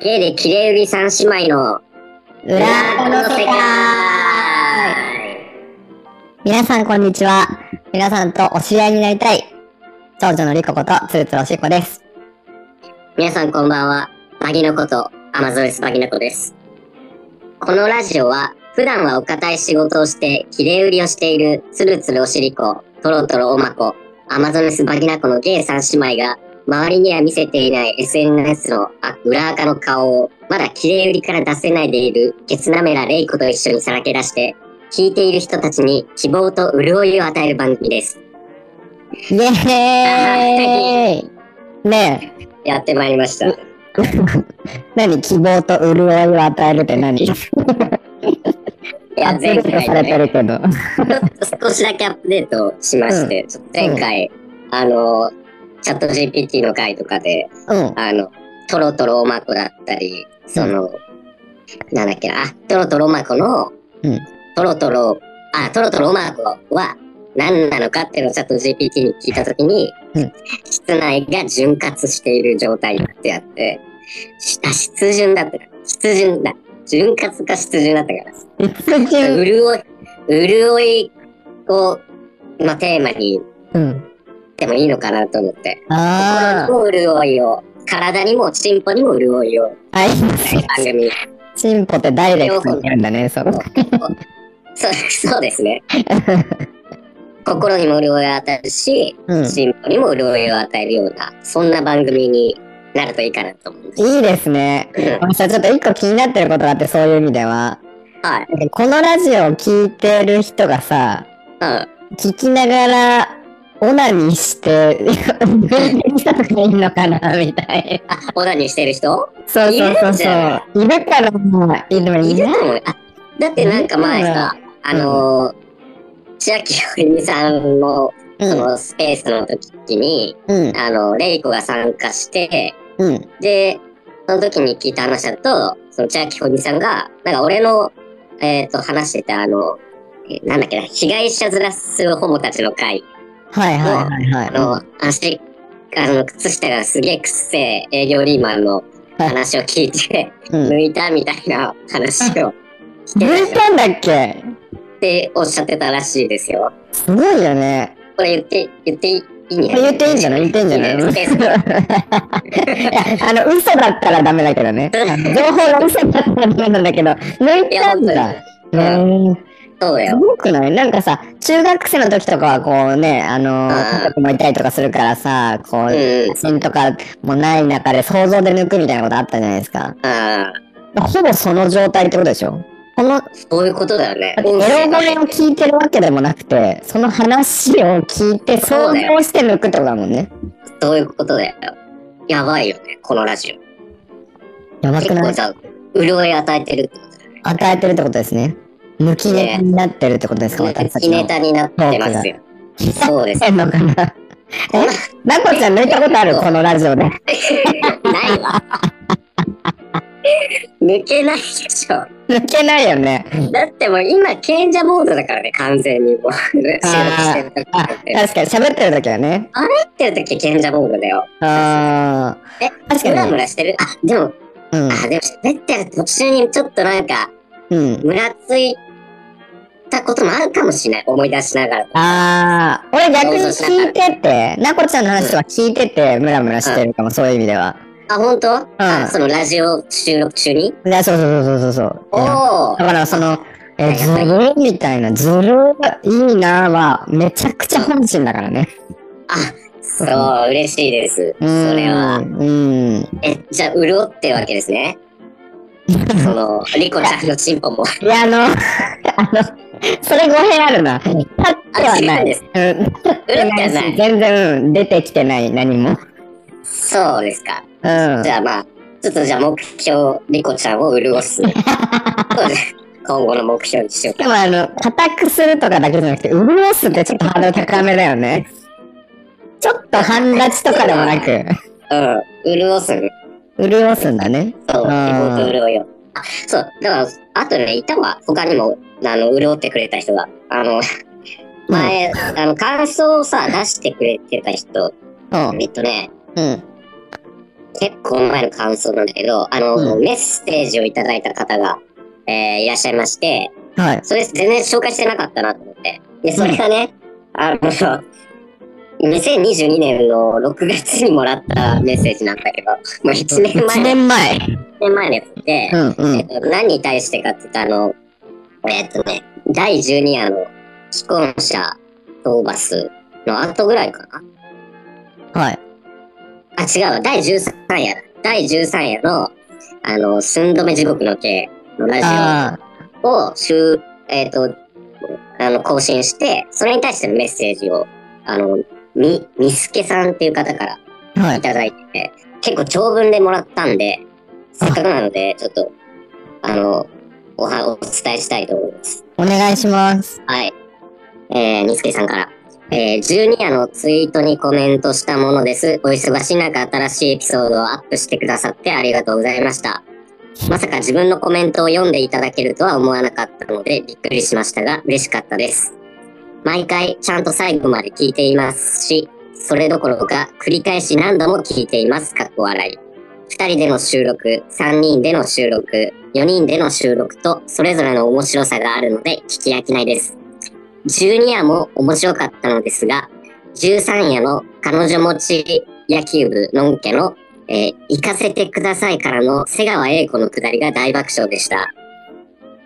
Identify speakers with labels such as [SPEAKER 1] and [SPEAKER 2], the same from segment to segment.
[SPEAKER 1] 手で切れ売り三姉妹の
[SPEAKER 2] 裏垢の世界皆さんこんにちは。皆さんとお知り合いになりたい。長女のりこことつるつるおしっこです。
[SPEAKER 1] 皆さんこんばんは。バギのこと、アマゾイスバギの子です。このラジオは、普段はお堅い仕事をして、切れ売りをしている、つるつるおしりこ、とろとろおまこ、アマゾネスバギナコのゲイ三姉妹が、周りには見せていない SNS のあ裏垢の顔を、まだ切れ売りから出せないでいる、ケツナメラレイコと一緒にさらけ出して、聞いている人たちに希望と潤いを与える番組です。
[SPEAKER 2] イエーイね
[SPEAKER 1] やってまいりました。
[SPEAKER 2] え、何希望と潤いを与えるって何
[SPEAKER 1] いや
[SPEAKER 2] アップデートされてるけど。
[SPEAKER 1] ちょっと少しだけアップデートしまして、ちょっと前回、あの、チャット GPT の回とかで、
[SPEAKER 2] うん。
[SPEAKER 1] あの、トロトロおまこだったり、その、なんだっけな、あトロトロおまこの、
[SPEAKER 2] うん
[SPEAKER 1] トロトロ、あ、トロトロおまこは何なのかっていうのをチャット GPT に聞いたときに、
[SPEAKER 2] うん
[SPEAKER 1] 室内が潤滑している状態ってやって、しあ、湿潤だったから、湿潤だ。潤滑か湿潤だったから。
[SPEAKER 2] 一中。
[SPEAKER 1] 潤い、潤いを、まあ、テーマに
[SPEAKER 2] うん。
[SPEAKER 1] でもいいのかなと思って。
[SPEAKER 2] あ
[SPEAKER 1] 心にも潤いを、体にもチンポにも潤いを、
[SPEAKER 2] あ。あ、いいですね
[SPEAKER 1] 番 組。
[SPEAKER 2] チンポってダイレクトに言うんだね、そう。
[SPEAKER 1] そう、そうです ね。心にも潤いを与えるし、
[SPEAKER 2] うん。い
[SPEAKER 1] チンポにも潤いを与えるような、そんな番組になるといいかなと思います。
[SPEAKER 2] いですね。俺さ、ちょっと一個気になってることがあって、そういう意味では。
[SPEAKER 1] はい。
[SPEAKER 2] このラジオを聞いてる人がさ、
[SPEAKER 1] うん。
[SPEAKER 2] 聞きながら、オナニーして、 分離したとかいいのかな、みたい
[SPEAKER 1] あ、オナニーしてる人
[SPEAKER 2] な。そうそうそうそう。いるからな。いでも
[SPEAKER 1] い
[SPEAKER 2] い
[SPEAKER 1] ると
[SPEAKER 2] ない。
[SPEAKER 1] 思う。あ、だってなんか前さ、あのー、千秋よりみさんの
[SPEAKER 2] う
[SPEAKER 1] そ
[SPEAKER 2] ん。
[SPEAKER 1] のスペースの時に、
[SPEAKER 2] うん。
[SPEAKER 1] あの、レイコが参加して、
[SPEAKER 2] うん。
[SPEAKER 1] で、その時に聞いた話だと、その千秋ほみさんが、なんか俺の、えっ、と、話してたあの、えーなんだっけな、被害者ずらするホモたちの会
[SPEAKER 2] はいはいはいはい
[SPEAKER 1] あ。の、足、あの、靴下がすげえくっせえ営業リーマンの話を聞いて、
[SPEAKER 2] うん。
[SPEAKER 1] 抜いたみたいな話を聞けた
[SPEAKER 2] 抜い
[SPEAKER 1] よ
[SPEAKER 2] たんだっけ
[SPEAKER 1] っておっしゃってたらしいですよ。
[SPEAKER 2] すごいよね。
[SPEAKER 1] これ言って、言っていいいいね。
[SPEAKER 2] 言っていいんじゃない言っていいんじゃないい
[SPEAKER 1] いねスペース
[SPEAKER 2] いやあの、嘘だったらダメだけどね。あの情報が嘘だったらダメなんだけど、抜い
[SPEAKER 1] いや、
[SPEAKER 2] たん
[SPEAKER 1] 本当に。
[SPEAKER 2] だ。うん。
[SPEAKER 1] そうだ
[SPEAKER 2] す
[SPEAKER 1] よ。
[SPEAKER 2] ごくないなんかさ、中学生の時とかはこうね、あの
[SPEAKER 1] うん
[SPEAKER 2] ー、家族もいたりとかするからさ、こう、
[SPEAKER 1] うん
[SPEAKER 2] 写真とかもない中で想像で抜くみたいなことあったじゃないですか。
[SPEAKER 1] ああ、
[SPEAKER 2] ほぼその状態ってことでしょこの、
[SPEAKER 1] そういうことだよね。
[SPEAKER 2] エロ声を聞いてるわけでもなくて、その話を聞いて想像して抜くってことだもんね。
[SPEAKER 1] そういうことだよ。やばいよね、このラジオ。
[SPEAKER 2] やば
[SPEAKER 1] 結
[SPEAKER 2] くな
[SPEAKER 1] 構
[SPEAKER 2] い
[SPEAKER 1] さ、潤い与えてるってことだよね。
[SPEAKER 2] 与えてるってことですね。抜きネタになってるってことですか、私た
[SPEAKER 1] 抜
[SPEAKER 2] ち
[SPEAKER 1] き
[SPEAKER 2] の。
[SPEAKER 1] ネタになってますよ。そうです
[SPEAKER 2] してんのかなえなこちゃん抜いたことあるこのラ ジオで。
[SPEAKER 1] ないわ。抜けないでしょ。
[SPEAKER 2] 抜けないよね。
[SPEAKER 1] だってもう今、賢者モードだからね、完全にもう。収録してる時
[SPEAKER 2] あ、
[SPEAKER 1] なん
[SPEAKER 2] 確
[SPEAKER 1] て。
[SPEAKER 2] かに喋ってる時はね。
[SPEAKER 1] 撮ってる時賢者モードだよ。
[SPEAKER 2] あ
[SPEAKER 1] え
[SPEAKER 2] あ。確
[SPEAKER 1] ム
[SPEAKER 2] か
[SPEAKER 1] ラ
[SPEAKER 2] に
[SPEAKER 1] ム。ラしてる。あ、でも、
[SPEAKER 2] うん。
[SPEAKER 1] あ、でも、喋ってる途中にちょっとなんか、
[SPEAKER 2] うん。
[SPEAKER 1] ムラついたこともあるかもしれない。思い出しながら。
[SPEAKER 2] ああ。俺逆に聞いてて、なこちゃんの話は聞いてて、ムラムラしてるかも、そういう意味では。
[SPEAKER 1] あ、本当？あそのラジオ収録中に
[SPEAKER 2] いや、そうそうそうそうそう。
[SPEAKER 1] お
[SPEAKER 2] いや
[SPEAKER 1] お
[SPEAKER 2] だからその、え、
[SPEAKER 1] はい
[SPEAKER 2] ずるいみたいな、ずるいいなは、めちゃくちゃ本心だからね。
[SPEAKER 1] そう、嬉しいです。そ
[SPEAKER 2] うん。
[SPEAKER 1] れは。
[SPEAKER 2] うん。
[SPEAKER 1] え、じゃあ、潤ってわけです ね。その、リコちゃんのチンポも。
[SPEAKER 2] いや、あの、あ の、それ語弊あるな。立ってはな
[SPEAKER 1] あ違うん
[SPEAKER 2] い。
[SPEAKER 1] で
[SPEAKER 2] う
[SPEAKER 1] す
[SPEAKER 2] ん、立ってな
[SPEAKER 1] 潤って
[SPEAKER 2] い
[SPEAKER 1] はな
[SPEAKER 2] し、
[SPEAKER 1] い
[SPEAKER 2] 全然、うん出てきてない、何も。
[SPEAKER 1] そうですか。
[SPEAKER 2] うん
[SPEAKER 1] じ。ゃあまあ、ちょっとじゃあ目標、リコちゃんを潤 す。そうです今後の目標にしよう
[SPEAKER 2] でもあの、硬くするとかだけじゃなくて、潤すってちょっとハードル高めだよね。ちょっと半立ちとかでもなく、
[SPEAKER 1] か。うん。潤す。
[SPEAKER 2] 潤すんだね。
[SPEAKER 1] そう、
[SPEAKER 2] あー
[SPEAKER 1] 妹潤いを。あ、そう、だから、あとね、いたわ。他にも、あの、潤ってくれた人が。あの、前、あの、感想をさ、出してくれてた人、
[SPEAKER 2] うん。
[SPEAKER 1] えっとね、
[SPEAKER 2] うん。
[SPEAKER 1] 結構前の感想なんだけど、あの、
[SPEAKER 2] う
[SPEAKER 1] メッセージをいただいた方が、えーいらっしゃいまして、
[SPEAKER 2] はい。
[SPEAKER 1] それ全然紹介してなかったなと思って。で、それがね、あの、2022年の6月にもらったメッセージなんだけど、もう1年
[SPEAKER 2] 1
[SPEAKER 1] 前、1
[SPEAKER 2] 年前。
[SPEAKER 1] 年前のやつで
[SPEAKER 2] う、んう
[SPEAKER 1] えっ
[SPEAKER 2] ん。
[SPEAKER 1] と何に対してかって言ったらあの、えっとね、第12夜の既婚者討伐の後ぐらいかな
[SPEAKER 2] はい。
[SPEAKER 1] あ、違うわ、第13夜だ。第13夜の、あの、寸止め地獄の刑のラ
[SPEAKER 2] あ
[SPEAKER 1] ジオを、週、えっ、と、あの、更新して、それに対してのメッセージを、あの、み、みすけさんっていう方から
[SPEAKER 2] あ、はい
[SPEAKER 1] い。ただいて、結構長文でもらったんで、せっかくなので、ちょっと、あの、おは、お伝えしたいと思います。
[SPEAKER 2] お願いします。
[SPEAKER 1] はい。えー、にすけさんから。えー、12夜のツイートにコメントしたものです。お忙しい中、新しいエピソードをアップしてくださってありがとうございました。まさか自分のコメントを読んでいただけるとは思わなかったので、びっくりしましたが、嬉しかったです。毎回、ちゃんと最後まで聞いていますし、それどころか、繰り返し何度も聞いています。かっこ笑い。2人での収録、3人での収録、4人での収録と、それぞれの面白さがあるので、聞き飽きないです。12夜も面白かったのですが、13夜の彼女持ち野球部のんけの、えー行かせてくださいからの瀬川栄子のくだりが大爆笑でした。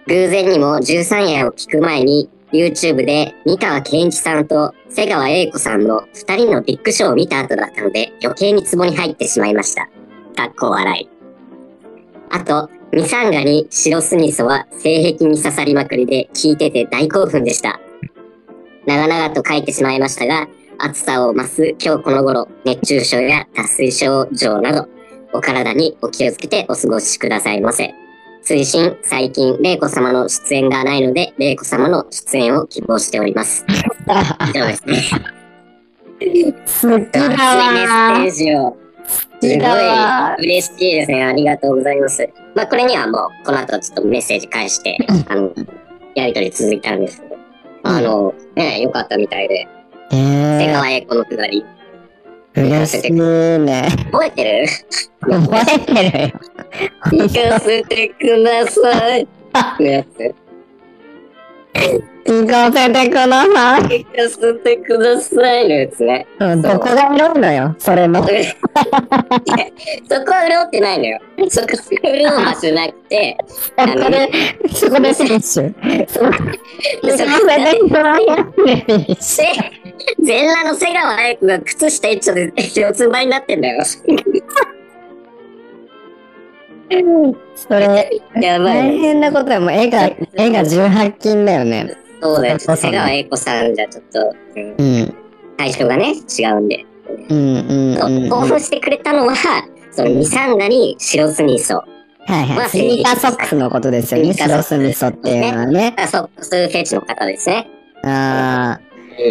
[SPEAKER 1] 偶然にも13夜を聞く前に、YouTube で三河健一さんと瀬川栄子さんの2人のビッグショーを見た後だったので、余計にツボに入ってしまいました。かっこ笑い。あと、ミサンガに白スミソは性癖に刺さりまくりで聞いてて大興奮でした。長々と書いてしまいましたが、暑さを増す今日この頃、熱中症や脱水症状など、お体にお気をつけてお過ごしくださいませ。推進、最近、玲子様の出演がないので、玲子様の出演を希望しており ます。以上ですね。熱いメ
[SPEAKER 2] 好きだわ
[SPEAKER 1] ッ
[SPEAKER 2] ー。
[SPEAKER 1] セージを。
[SPEAKER 2] 好
[SPEAKER 1] すご
[SPEAKER 2] き
[SPEAKER 1] い
[SPEAKER 2] だわー。
[SPEAKER 1] 嬉しいですね。ありがとうございます。まあ、これにはもう、この後ちょっとメッセージ返して、あの、やりとり続いたんですけど、あの、ね、良かったみたいで、瀬
[SPEAKER 2] え
[SPEAKER 1] 川栄子のくだり、
[SPEAKER 2] ー、嬉しいね。
[SPEAKER 1] 覚えてる
[SPEAKER 2] 覚えてるよ。
[SPEAKER 1] 行かせてください。のやつ。
[SPEAKER 2] 聞かせてください。
[SPEAKER 1] 行かせてくださいのやつね。
[SPEAKER 2] うんどこがエロいのよ、それも。
[SPEAKER 1] そこは潤ってないのよ。そこは潤う場所なくて、
[SPEAKER 2] そこで、そこで選手。そこで、そこで、そこで選手。
[SPEAKER 1] せ全裸の瀬川綾子が靴下一丁で四つん這いになってんだよ。
[SPEAKER 2] それ、
[SPEAKER 1] やばい
[SPEAKER 2] 大
[SPEAKER 1] ね。
[SPEAKER 2] 変なことだよ。もう絵が、絵が18金だよね。
[SPEAKER 1] そうだよ。ちょっと瀬川栄子さんじゃちょっと、うん
[SPEAKER 2] うん。
[SPEAKER 1] 対象がね、違うんで。
[SPEAKER 2] うんうん
[SPEAKER 1] そう
[SPEAKER 2] うんうん。
[SPEAKER 1] 興
[SPEAKER 2] はい
[SPEAKER 1] 奮してくれたのは、そのミサンガに白スミソ。
[SPEAKER 2] はい。スニーカーソックスのことですよね。
[SPEAKER 1] ス
[SPEAKER 2] ス
[SPEAKER 1] ニーカー
[SPEAKER 2] ロ
[SPEAKER 1] ソ
[SPEAKER 2] ス
[SPEAKER 1] ック
[SPEAKER 2] ミ
[SPEAKER 1] ス
[SPEAKER 2] ソっていうのはね。
[SPEAKER 1] あそう、そういうフェチの方ですね。
[SPEAKER 2] ああ。
[SPEAKER 1] うん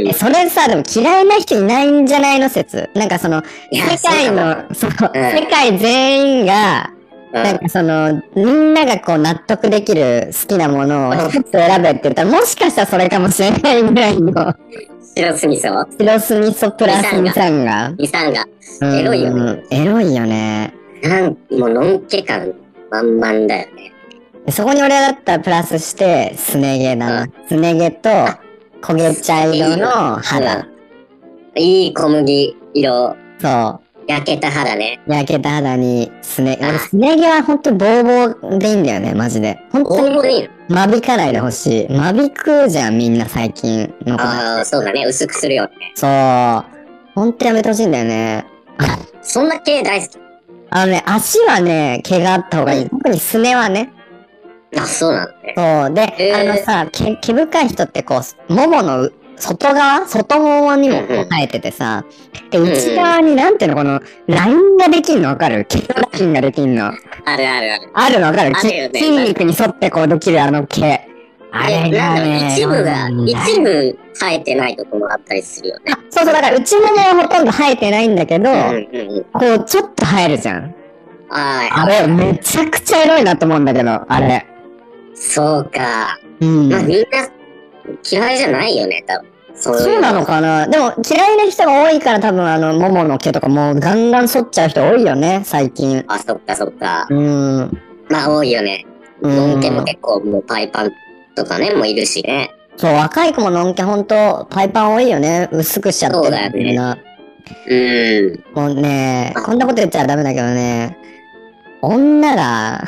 [SPEAKER 2] え、それさ、でも嫌いな人いないんじゃないの説。なんかその、
[SPEAKER 1] いや
[SPEAKER 2] 世界の、そう、世界全員が、
[SPEAKER 1] うん
[SPEAKER 2] なんかその、みんながこう納得できる好きなものを一つ選べって言ったら、もしかしたらそれかもしれないぐらいの、
[SPEAKER 1] 白スミソ
[SPEAKER 2] 白スミソプラスミさんが。
[SPEAKER 1] ミサンガ。
[SPEAKER 2] うん
[SPEAKER 1] エロいよね。
[SPEAKER 2] エロいよね。
[SPEAKER 1] なん、もう、のんけ感満々だよね。
[SPEAKER 2] そこに俺だったらプラスして、すね毛だ
[SPEAKER 1] う
[SPEAKER 2] な。すね毛と、焦げ茶色の肌。
[SPEAKER 1] いい小麦色、
[SPEAKER 2] そ
[SPEAKER 1] 焼けた肌ね。
[SPEAKER 2] う。焼けた肌に、すね、
[SPEAKER 1] あ
[SPEAKER 2] 俺すね毛はほんとボーボーでいいんだよね、マジで。本当
[SPEAKER 1] 大
[SPEAKER 2] に
[SPEAKER 1] 物いいの
[SPEAKER 2] 間引かないでほしい。間引くじゃん、みんな最近の子。
[SPEAKER 1] ああ、そうだね。薄くするよね。
[SPEAKER 2] そう。ほんとやめてほしいんだよね。
[SPEAKER 1] そんな系大好き。
[SPEAKER 2] あのね、足はね、毛があった方がいい。特にすねはね。
[SPEAKER 1] あ、そうなのね。
[SPEAKER 2] そう。で、
[SPEAKER 1] えー
[SPEAKER 2] あのさ、毛毛深い人ってこう、ももの外側外ももにもこう生えててさ、で、
[SPEAKER 1] ん
[SPEAKER 2] 内側になんていうの、この、ラインができんのわかる毛のラインができんの。
[SPEAKER 1] あるあるある。
[SPEAKER 2] あるのわかる
[SPEAKER 1] あるよね
[SPEAKER 2] き筋肉に沿ってこうできるあの毛。あれ
[SPEAKER 1] でなん
[SPEAKER 2] が
[SPEAKER 1] だろう
[SPEAKER 2] ね。
[SPEAKER 1] 一部が、
[SPEAKER 2] うん
[SPEAKER 1] 一部生えてないとこもあったりするよね。
[SPEAKER 2] そうそう、だから内ももはほとんど生えてないんだけど、
[SPEAKER 1] うんうんうん。
[SPEAKER 2] こう、ちょっと生えるじゃん。
[SPEAKER 1] あ
[SPEAKER 2] あれ、めちゃくちゃエロいなと思うんだけど、あれ。
[SPEAKER 1] あ、そうか。
[SPEAKER 2] うん。
[SPEAKER 1] まあみんな嫌いじゃないよね、多分。そういう
[SPEAKER 2] そうなのかなでも嫌いな人が多いから多分あの、ももの毛とかもうガンガン剃っちゃう人多いよね、最近。
[SPEAKER 1] あ、そっかそっか。
[SPEAKER 2] うん。うん。
[SPEAKER 1] まあ多いよね。ノンケも結構もうパイパンとかね、もういるしね。
[SPEAKER 2] そう、若い子ものんけほんと、パイパン多いよね。薄くしちゃってる
[SPEAKER 1] そうだよね
[SPEAKER 2] みんな。
[SPEAKER 1] うん。
[SPEAKER 2] もうね、こんなこと言っちゃダメだけどね、女 が、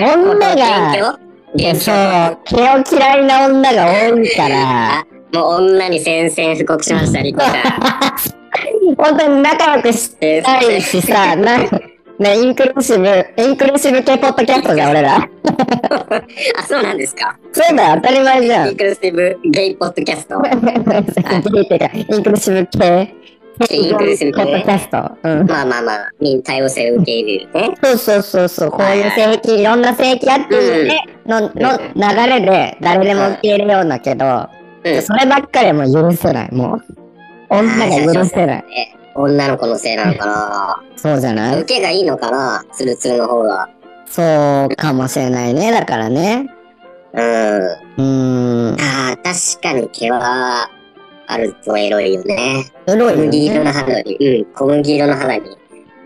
[SPEAKER 2] 女が、
[SPEAKER 1] 勉強勉
[SPEAKER 2] そ
[SPEAKER 1] 強
[SPEAKER 2] う、毛を嫌いな女が多い から、
[SPEAKER 1] もう女に宣戦布告しました、リコ が。
[SPEAKER 2] 本当に仲良くし
[SPEAKER 1] 宣
[SPEAKER 2] たい
[SPEAKER 1] 戦
[SPEAKER 2] しさ、な、ね、インクルーシブ、インクルーシブ系ポッドキャストじゃん、俺ら。
[SPEAKER 1] あ、そうなんですか。
[SPEAKER 2] そうだよ、当たり前じゃん。
[SPEAKER 1] インクルーシブゲイポッドキャスト。
[SPEAKER 2] てかインクルーシブ系。
[SPEAKER 1] インクルーシブ系
[SPEAKER 2] ポッドキャスト。うん。
[SPEAKER 1] まあまあまあ、に多様性を受け入れるね。
[SPEAKER 2] そうそうそうそう、こういう性癖、いろんな性癖あっていうね、の、の
[SPEAKER 1] うん
[SPEAKER 2] 流れで誰でも受け入れようんだけど、
[SPEAKER 1] うん
[SPEAKER 2] そればっかりはもう許せない、もう。女が許せない。
[SPEAKER 1] え女の子のせいなのかな
[SPEAKER 2] そうじゃない
[SPEAKER 1] 受けがいいのかなツルツルの方が。
[SPEAKER 2] そうかもしれないね、だからね。
[SPEAKER 1] うん。
[SPEAKER 2] うーん。
[SPEAKER 1] ああ、確かに毛は、あるとエロいよね。
[SPEAKER 2] エロ
[SPEAKER 1] 小
[SPEAKER 2] いよ
[SPEAKER 1] 麦色
[SPEAKER 2] ね。
[SPEAKER 1] の肌に、うん、小麦色の肌に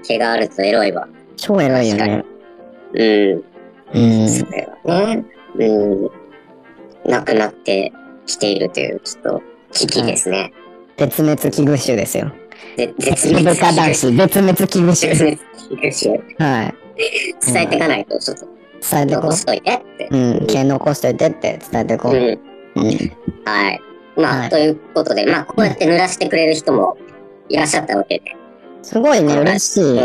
[SPEAKER 1] 毛があるとエロいわ。
[SPEAKER 2] 超エロいよね。
[SPEAKER 1] うん、
[SPEAKER 2] うん。
[SPEAKER 1] それはね、うん、なくなってきているという、ちょっと、危機ですね。
[SPEAKER 2] 絶滅危惧種ですよ。
[SPEAKER 1] ぜ
[SPEAKER 2] イ
[SPEAKER 1] 絶
[SPEAKER 2] ル
[SPEAKER 1] 滅
[SPEAKER 2] カ男
[SPEAKER 1] 危
[SPEAKER 2] 子、絶滅危 惧
[SPEAKER 1] 絶
[SPEAKER 2] 種。
[SPEAKER 1] 滅危惧
[SPEAKER 2] はい。
[SPEAKER 1] 種伝えていかないと、ちょっと、
[SPEAKER 2] 伝えてこ
[SPEAKER 1] 残しといてって。
[SPEAKER 2] う。うん。毛残しといてって伝えてこ
[SPEAKER 1] う
[SPEAKER 2] う。
[SPEAKER 1] ん、
[SPEAKER 2] うん。
[SPEAKER 1] はい。まあ、
[SPEAKER 2] はい
[SPEAKER 1] ということで、まあ、こうやって濡らしてくれる人もいらっしゃったわけで。
[SPEAKER 2] すごいね、嬉し
[SPEAKER 1] う
[SPEAKER 2] い。
[SPEAKER 1] ん、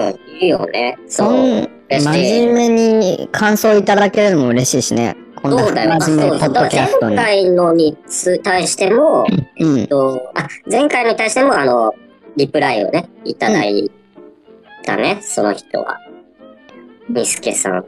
[SPEAKER 1] いいよね。
[SPEAKER 2] そ
[SPEAKER 1] そう。
[SPEAKER 2] ん
[SPEAKER 1] 嬉しい
[SPEAKER 2] 真面目に感想いただけるのも嬉しいしね。こんな
[SPEAKER 1] そうだよ。まあ
[SPEAKER 2] 真
[SPEAKER 1] そう
[SPEAKER 2] 面目
[SPEAKER 1] だ
[SPEAKER 2] ポッドキャスト
[SPEAKER 1] 前
[SPEAKER 2] に。
[SPEAKER 1] 回のに対しても、
[SPEAKER 2] うん
[SPEAKER 1] えっ。と、あ、前回に対しても、あの、リプライをね、いただいたね、その人は。みすけさん。うん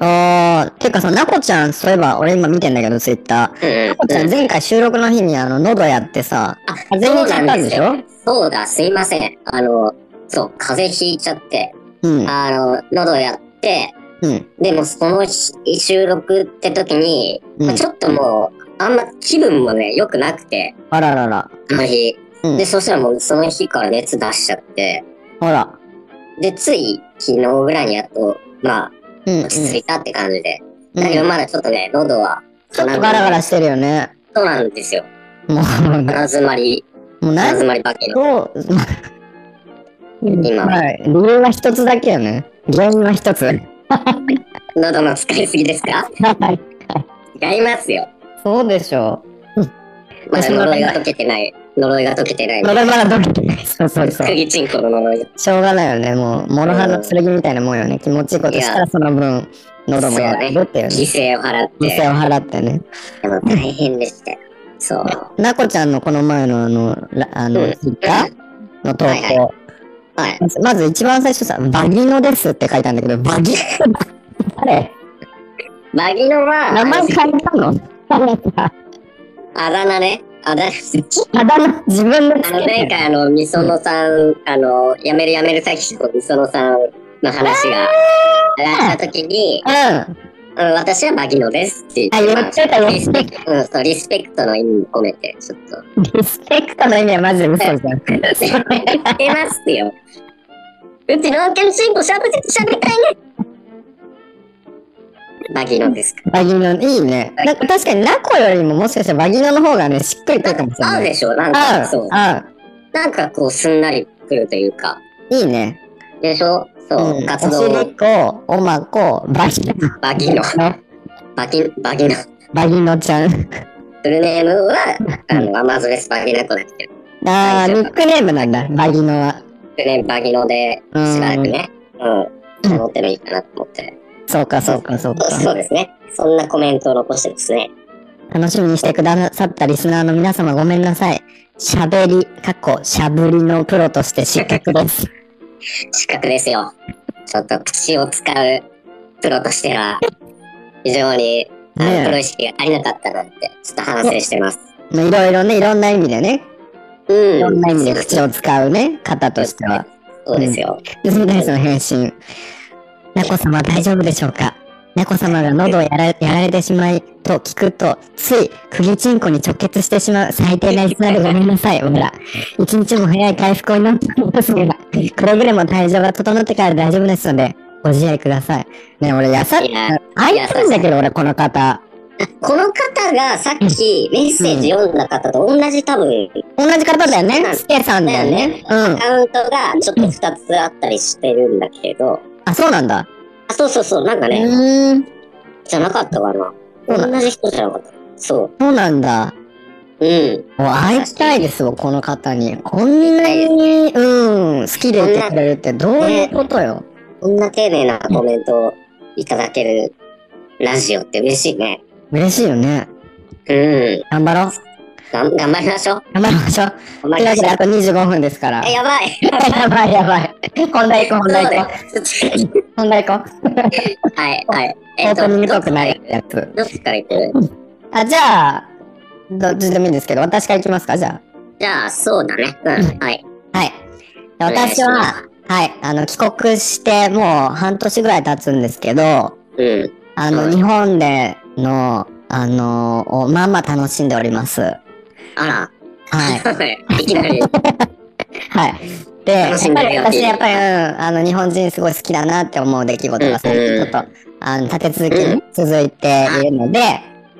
[SPEAKER 2] あー、てかさ、なこちゃん、そういえば、俺今見てんだけど、ツイッター。
[SPEAKER 1] うん。
[SPEAKER 2] なこちゃん、前回収録の日に、あの、喉やってさ、
[SPEAKER 1] あ
[SPEAKER 2] 風邪ひいちゃったんでし
[SPEAKER 1] そう
[SPEAKER 2] ょ
[SPEAKER 1] なんですよそうだ、すいません。あの、そう、風邪ひいちゃって、
[SPEAKER 2] うん。
[SPEAKER 1] あの、喉やって、
[SPEAKER 2] うん。
[SPEAKER 1] でもその日収録って時に、
[SPEAKER 2] うん
[SPEAKER 1] まあちょっともう、あんま気分もね、良くなくて、
[SPEAKER 2] あららら。
[SPEAKER 1] あの日。
[SPEAKER 2] うん
[SPEAKER 1] で、そしたらもうその日から熱出しちゃって、
[SPEAKER 2] ほら。
[SPEAKER 1] で、つい昨日ぐらいにやっと、まあ、
[SPEAKER 2] うん。うん
[SPEAKER 1] 落ち着いたって感じで。
[SPEAKER 2] うん
[SPEAKER 1] だけどまだちょっとね、喉は、
[SPEAKER 2] ちょっとガラガラしてるよね。
[SPEAKER 1] そうなんですよ。
[SPEAKER 2] もう、
[SPEAKER 1] 鼻詰まり、
[SPEAKER 2] も
[SPEAKER 1] 鼻
[SPEAKER 2] う何
[SPEAKER 1] 詰まり化けの。
[SPEAKER 2] どう、
[SPEAKER 1] 今
[SPEAKER 2] はい。理由は一つだけよね。原因は一つ。はい。
[SPEAKER 1] 喉の使いすぎですか違いますよ。
[SPEAKER 2] そうでしょ
[SPEAKER 1] まだ呪いが解けてない。呪いが解けてな
[SPEAKER 2] う。
[SPEAKER 1] い。
[SPEAKER 2] まだまだどけてない。そうそうそう。
[SPEAKER 1] 釘チンコの呪いが。
[SPEAKER 2] しょうがないよね、もう、モロハの剣みたいなもんよね。気持ちいいことしたらその分、喉もやられるっていう
[SPEAKER 1] 犠
[SPEAKER 2] ね。
[SPEAKER 1] 牲を払っ
[SPEAKER 2] 犠
[SPEAKER 1] て。
[SPEAKER 2] 牲を払ってね。
[SPEAKER 1] でも大変でしたよ。そう。
[SPEAKER 2] なこちゃんのこの前のあの、らあ
[SPEAKER 1] う
[SPEAKER 2] の、
[SPEAKER 1] ん
[SPEAKER 2] ツイッターの投
[SPEAKER 1] はいはい
[SPEAKER 2] 稿。
[SPEAKER 1] はい。
[SPEAKER 2] まずまず一番最初さ、バギノですって書いたんだけど、バギノ誰
[SPEAKER 1] バギノは、
[SPEAKER 2] 名前変えたの
[SPEAKER 1] あだ名ね。あだ名。
[SPEAKER 2] あだ名自分でつ
[SPEAKER 1] あ
[SPEAKER 2] け
[SPEAKER 1] の、なん
[SPEAKER 2] て。
[SPEAKER 1] かあの、みそのさん、あの、やめるやめる詐欺師のみそのさんの話が、あった時に、
[SPEAKER 2] うん。
[SPEAKER 1] うん、私はマギノですって言って
[SPEAKER 2] あ言っちゃった
[SPEAKER 1] まあリ
[SPEAKER 2] 言っ
[SPEAKER 1] スペクト、うん、そう、リスペクトの意味込めて、ちょっと。
[SPEAKER 2] リスペクトの意味はマジで嘘じゃん。
[SPEAKER 1] 言ってますよ。うちの案件進歩しゃべしゃべたいね。マギノですか。
[SPEAKER 2] バギノ、いいね。なんか確かにナコよりももしかしたらバギノの方がね、しっくりくるかもしれ
[SPEAKER 1] 合
[SPEAKER 2] な
[SPEAKER 1] う
[SPEAKER 2] い。
[SPEAKER 1] でしょなん
[SPEAKER 2] 合
[SPEAKER 1] か、
[SPEAKER 2] う
[SPEAKER 1] そう。
[SPEAKER 2] 合う。
[SPEAKER 1] なんかこう、すんなりくるというか。
[SPEAKER 2] いいね。
[SPEAKER 1] でしょそう、
[SPEAKER 2] うん、
[SPEAKER 1] 活
[SPEAKER 2] おし
[SPEAKER 1] 動
[SPEAKER 2] りこ、おまこ、バギノ、
[SPEAKER 1] バギノ。
[SPEAKER 2] の
[SPEAKER 1] バギ、バギノ。
[SPEAKER 2] バギノちゃん。
[SPEAKER 1] フルネームは、あの、アマゾネスバギナコだっけど、
[SPEAKER 2] あ
[SPEAKER 1] 大
[SPEAKER 2] ー、
[SPEAKER 1] 丈夫
[SPEAKER 2] ニックネームなんだ、バギノは。
[SPEAKER 1] フルネームバギノで、しばらくね、うん、守ってもいいかなと思って。
[SPEAKER 2] そうか、そうか、そうか。
[SPEAKER 1] そうですね。そんなコメントを残してですね。
[SPEAKER 2] 楽しみにしてくださったリスナーの皆様ごめんなさい。しゃべり、かっこ、しゃぶりのプロとして失格です。
[SPEAKER 1] 失格ですよ。ちょっと口を使うプロとしては、非常に、あ
[SPEAKER 2] ねえ
[SPEAKER 1] の、プロ意識が足りなかったなんて、ちょっと反省してます。
[SPEAKER 2] まあいろいろね、いろんな意味でね、
[SPEAKER 1] うん。
[SPEAKER 2] いろんな意味で
[SPEAKER 1] そう
[SPEAKER 2] 口を使うね、方としては。
[SPEAKER 1] そうですよ。
[SPEAKER 2] 娘たちの返信。ナコ様大丈夫でしょうか猫様が喉をやらやられてしまいと聞くと、つい、釘チンコに直結してしまう最低な逸話でごめんなさい、おら。一日も早い回復を祈っておりますが、くれぐれも体調が整ってから大丈夫ですので、ご自愛ください。ねえ俺、やさ、
[SPEAKER 1] いや
[SPEAKER 2] 愛ってるんだけど、俺、この方。
[SPEAKER 1] この方がさっきメッセージ読んだ方と同じ多分、
[SPEAKER 2] 同じ方だよ
[SPEAKER 1] そうなん
[SPEAKER 2] ね。
[SPEAKER 1] だ
[SPEAKER 2] スケさんだよね。うん
[SPEAKER 1] ア。カウントがちょっと2つあったりしてるんだけど、
[SPEAKER 2] あ、そうなんだ。
[SPEAKER 1] あそうそうそう、なんか
[SPEAKER 2] う
[SPEAKER 1] ね、
[SPEAKER 2] ーん。
[SPEAKER 1] じゃなかったかな。
[SPEAKER 2] そうなんだ
[SPEAKER 1] 同じ人じゃなかった。そ
[SPEAKER 2] そうなんだ。
[SPEAKER 1] う。うん。
[SPEAKER 2] もう会いたいですよ、この方に。こんなに、うん、好きでいてくれるってどういうことよ。
[SPEAKER 1] こんな丁寧なコメントをいただけるラジオって嬉しいね。
[SPEAKER 2] 嬉しいよね。
[SPEAKER 1] うん。
[SPEAKER 2] 頑張ろう。
[SPEAKER 1] がん頑張りましょう。
[SPEAKER 2] 頑張りましょう。
[SPEAKER 1] 頑
[SPEAKER 2] と
[SPEAKER 1] 張
[SPEAKER 2] い
[SPEAKER 1] り
[SPEAKER 2] うわ
[SPEAKER 1] ましょう
[SPEAKER 2] けで、あと25分ですから。
[SPEAKER 1] え、
[SPEAKER 2] や
[SPEAKER 1] やばい。
[SPEAKER 2] ばいやばい。本題行こう、本題行こ
[SPEAKER 1] そうね
[SPEAKER 2] う。本題行こう。
[SPEAKER 1] はい、はい。
[SPEAKER 2] オープニングトーク
[SPEAKER 1] どっちから
[SPEAKER 2] ない
[SPEAKER 1] 行く
[SPEAKER 2] やつ。
[SPEAKER 1] どっちから行く
[SPEAKER 2] あ、じゃあ、どっちでもいいんですけど、私から行きますか、じゃ
[SPEAKER 1] じゃあ、そうだね。うん。はい。
[SPEAKER 2] あ。はい。で
[SPEAKER 1] お願いし
[SPEAKER 2] 私
[SPEAKER 1] ま
[SPEAKER 2] は、はい、あの、帰国してもう半年ぐらい経つんですけど、
[SPEAKER 1] うん。
[SPEAKER 2] あの、
[SPEAKER 1] はい
[SPEAKER 2] 日本での、あのをまあまあ楽しんでおります。 は
[SPEAKER 1] あら。い。
[SPEAKER 2] い。
[SPEAKER 1] いきなり。
[SPEAKER 2] はい。で、や
[SPEAKER 1] 楽
[SPEAKER 2] っ
[SPEAKER 1] しん
[SPEAKER 2] ぱ
[SPEAKER 1] で
[SPEAKER 2] り
[SPEAKER 1] るよ
[SPEAKER 2] 私、やっぱり、うん、あの、日本人すごい好きだなって思う出来事が最
[SPEAKER 1] うん
[SPEAKER 2] 近
[SPEAKER 1] う
[SPEAKER 2] ち
[SPEAKER 1] ん
[SPEAKER 2] ょっと、あの、立て続けに続いているので、
[SPEAKER 1] うん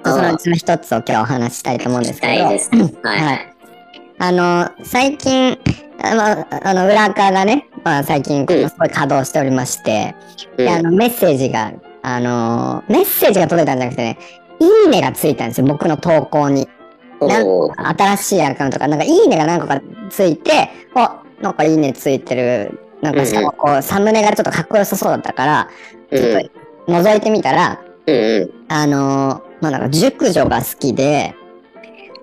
[SPEAKER 2] そのうちの一つを今日お話ししたいと思うんですけど、
[SPEAKER 1] 大です。はい。
[SPEAKER 2] はい。あの、最近、あまああの、裏側がね、まあ、最近、こ
[SPEAKER 1] う
[SPEAKER 2] うんすごい稼働しておりまして、
[SPEAKER 1] うん
[SPEAKER 2] で、あの、メッセージが、あのーメッセージが届いたんじゃなくてね、いいねがついたんですよ、僕の投稿に。
[SPEAKER 1] おー
[SPEAKER 2] 新しいアカウントが、なんかいいねが何個かついて、お、なんかいいねついてる。なんかしかもこう、サムネがちょっとかっこよさそうだったから、
[SPEAKER 1] うん
[SPEAKER 2] ちょっと覗いてみたら、
[SPEAKER 1] うん
[SPEAKER 2] あのーまあ、なんか熟女が好きで、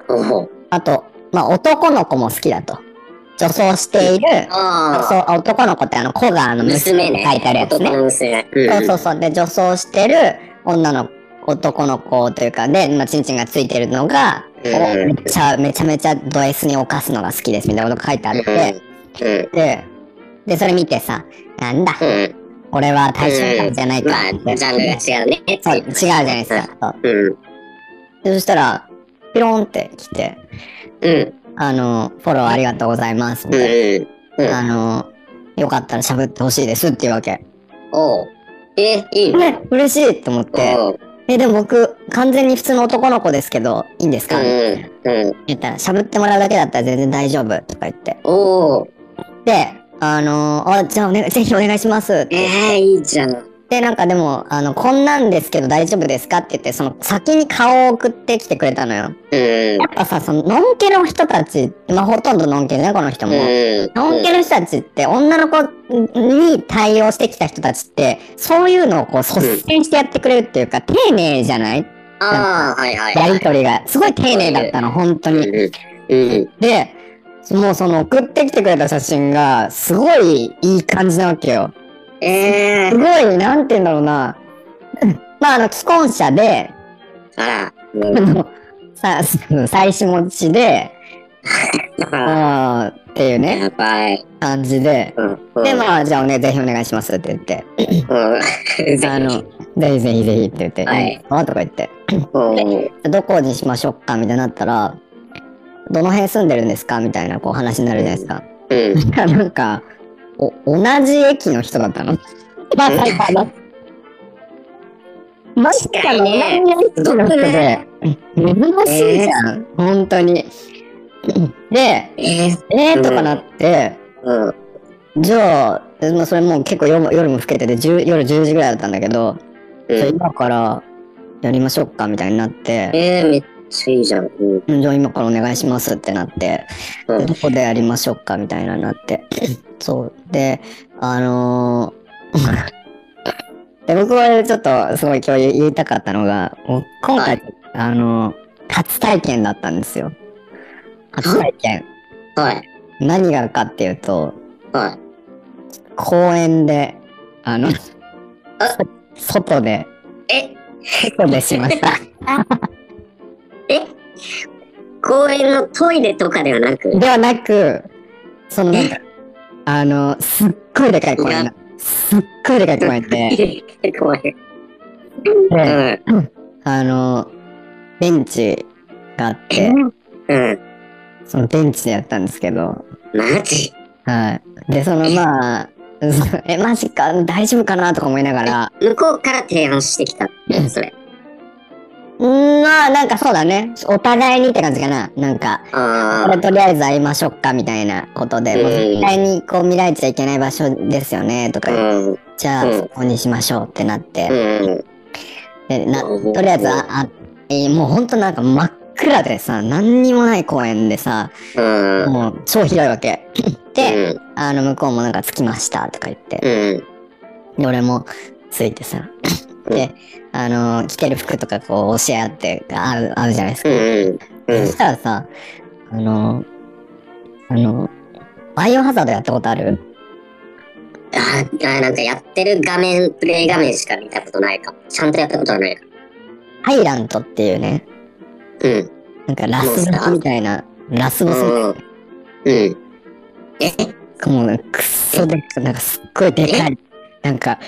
[SPEAKER 1] うん。おー
[SPEAKER 2] あと、まあ、男の子も好きだと。女装している、
[SPEAKER 1] あ
[SPEAKER 2] そう、あ男の子ってあの、子があの、
[SPEAKER 1] あ。娘ね。
[SPEAKER 2] 娘に書いてあるやつね
[SPEAKER 1] 男。の娘。うん
[SPEAKER 2] そうそうそう。で、女装してる女の男の子というか、で、まあ、チンチンがついてるのが、
[SPEAKER 1] うん
[SPEAKER 2] めっちゃ、めちゃめちゃド S に犯すのが好きですみたいなこと書いてあって、
[SPEAKER 1] うん。
[SPEAKER 2] で、で、それ見てさ、なんだ、
[SPEAKER 1] うん。
[SPEAKER 2] 俺は対象者じゃないかって。
[SPEAKER 1] まあ、ジャンルが違うね。
[SPEAKER 2] そう、違うじゃないですか。そう
[SPEAKER 1] うん。
[SPEAKER 2] でそしたら、ピロンって来て、
[SPEAKER 1] うん。
[SPEAKER 2] あの、フォローありがとうございます、み
[SPEAKER 1] う
[SPEAKER 2] たいな。
[SPEAKER 1] ん。うん。
[SPEAKER 2] あの、よかったら喋ってほしいですっていうわけ。
[SPEAKER 1] おう。え、いいね。
[SPEAKER 2] ね、嬉しいと思って。
[SPEAKER 1] おう。
[SPEAKER 2] え、でも僕、完全に普通の男の子ですけど、いいんです
[SPEAKER 1] う
[SPEAKER 2] か、
[SPEAKER 1] ん。うん。
[SPEAKER 2] 言ったら、しゃぶってもらうだけだったら全然大丈夫とか言って。
[SPEAKER 1] おう。
[SPEAKER 2] で、あのーあ、じゃあお、ね、ぜひお願いしますって言って。
[SPEAKER 1] えー、いいじゃん。
[SPEAKER 2] で、なんかでも、あの、こんなんですけど大丈夫ですかって言って、その先に顔を送ってきてくれたのよ。
[SPEAKER 1] うん。
[SPEAKER 2] やっぱさ、その、のんけの人たち、まあ、ほとんどのんけね、この人も。
[SPEAKER 1] うん。
[SPEAKER 2] のんけの人たちって、女の子に対応してきた人たちって、そういうのをこう、率先してやってくれるっていうか、丁寧じゃない
[SPEAKER 1] ああ、はいはい。
[SPEAKER 2] やりとりが、すごい丁寧だったの、本当
[SPEAKER 1] うん。
[SPEAKER 2] に。
[SPEAKER 1] うん。
[SPEAKER 2] で、もうその送ってきてくれた写真が、すごいいい感じなわけよ。
[SPEAKER 1] え
[SPEAKER 2] す
[SPEAKER 1] ー。
[SPEAKER 2] ごい、なんて言うんだろうな。まあ、あの、既婚者で、
[SPEAKER 1] あら。
[SPEAKER 2] あの、さ、妻子持ちで、
[SPEAKER 1] うん。
[SPEAKER 2] あーっていうね、
[SPEAKER 1] やばい。
[SPEAKER 2] 感じで。
[SPEAKER 1] うん。
[SPEAKER 2] で、まあ、じゃあおね、ぜひお願いしますって言って、
[SPEAKER 1] うん。
[SPEAKER 2] あの、ぜひぜひぜひって言って、
[SPEAKER 1] はい
[SPEAKER 2] いいですかとか言って、
[SPEAKER 1] うん。
[SPEAKER 2] どこにしましょうかみたいになったら、どの辺住んでるんですかみたいな、こう話になるじゃないですか。
[SPEAKER 1] うん。
[SPEAKER 2] なんか、お、同じ駅の人だったのまさかの。まさかの同じ駅の人で、珍しいじゃん、本当に。で、
[SPEAKER 1] えー。
[SPEAKER 2] えーとかなって、
[SPEAKER 1] うん。
[SPEAKER 2] じゃあ、まあ、それもう結構夜も夜も更けてて、10夜10時ぐらいだったんだけど、
[SPEAKER 1] う
[SPEAKER 2] じゃあ
[SPEAKER 1] ん。
[SPEAKER 2] 今からやりましょうかみたいになって、
[SPEAKER 1] えー、めっちゃいいじゃん。うん。
[SPEAKER 2] じゃあ今からお願いしますってなって、
[SPEAKER 1] うん
[SPEAKER 2] どこでやりましょうかみたいなのにな って。そう。で、あの ーで、僕はちょっとすごい今日言いたかったのが、もう今回、あのー初体験だったんですよ。初体験。
[SPEAKER 1] はい。
[SPEAKER 2] 何がかっていうと、
[SPEAKER 1] はい。
[SPEAKER 2] 公園で、あの、
[SPEAKER 1] あ
[SPEAKER 2] 外で、
[SPEAKER 1] え
[SPEAKER 2] 外でしました。
[SPEAKER 1] え公園のトイレとかではなく、
[SPEAKER 2] ではなく、そのなんか、あの、すっごいでかい公園なすっごいでかい公園で、
[SPEAKER 1] 公園。う
[SPEAKER 2] で、
[SPEAKER 1] ん。
[SPEAKER 2] あの、ベンチがあって、
[SPEAKER 1] うん。
[SPEAKER 2] そのベンチでやったんですけど、
[SPEAKER 1] マジ
[SPEAKER 2] はい。で、そのまあ、 そうえ、マジか、大丈夫かなとか思いながら、
[SPEAKER 1] 向こうから提案してきたって、それ。
[SPEAKER 2] うーん、まあ、なんかそうだね。お互いにって感じかな。なんか、
[SPEAKER 1] あ
[SPEAKER 2] これ
[SPEAKER 1] あ。
[SPEAKER 2] とりあえず会いましょうかみたいなことで、もう
[SPEAKER 1] うん
[SPEAKER 2] 絶対にこう見られちゃいけない場所ですよね、とか
[SPEAKER 1] う
[SPEAKER 2] 言って、
[SPEAKER 1] ん。
[SPEAKER 2] じゃあ、
[SPEAKER 1] うん
[SPEAKER 2] そこにしましょうってなって、
[SPEAKER 1] うん。
[SPEAKER 2] でな
[SPEAKER 1] うん
[SPEAKER 2] とりあえずああ、えーもうほんとなんか真っ暗でさ何にもない公園でさ
[SPEAKER 1] うん。
[SPEAKER 2] もう超広いわけ で、
[SPEAKER 1] うん
[SPEAKER 2] あの向こうもなんか着きましたとか言って
[SPEAKER 1] うん。
[SPEAKER 2] で俺も着いてさであの着てる服とかこう教え合って合う合うじゃないです
[SPEAKER 1] う
[SPEAKER 2] か、
[SPEAKER 1] ん。うん
[SPEAKER 2] そ。したらさあのあのバイオハザードやったことある
[SPEAKER 1] ああ、なんかやってる画面、プレイ画面しか見たことないかも。ちゃんとやったことはないかも。
[SPEAKER 2] ハイラントっていうね
[SPEAKER 1] うん。
[SPEAKER 2] なんかラスボスみたいなラスボスみたいな
[SPEAKER 1] うん。うん。え
[SPEAKER 2] もうなんかくっそでっかなんかすっごいでかいなんか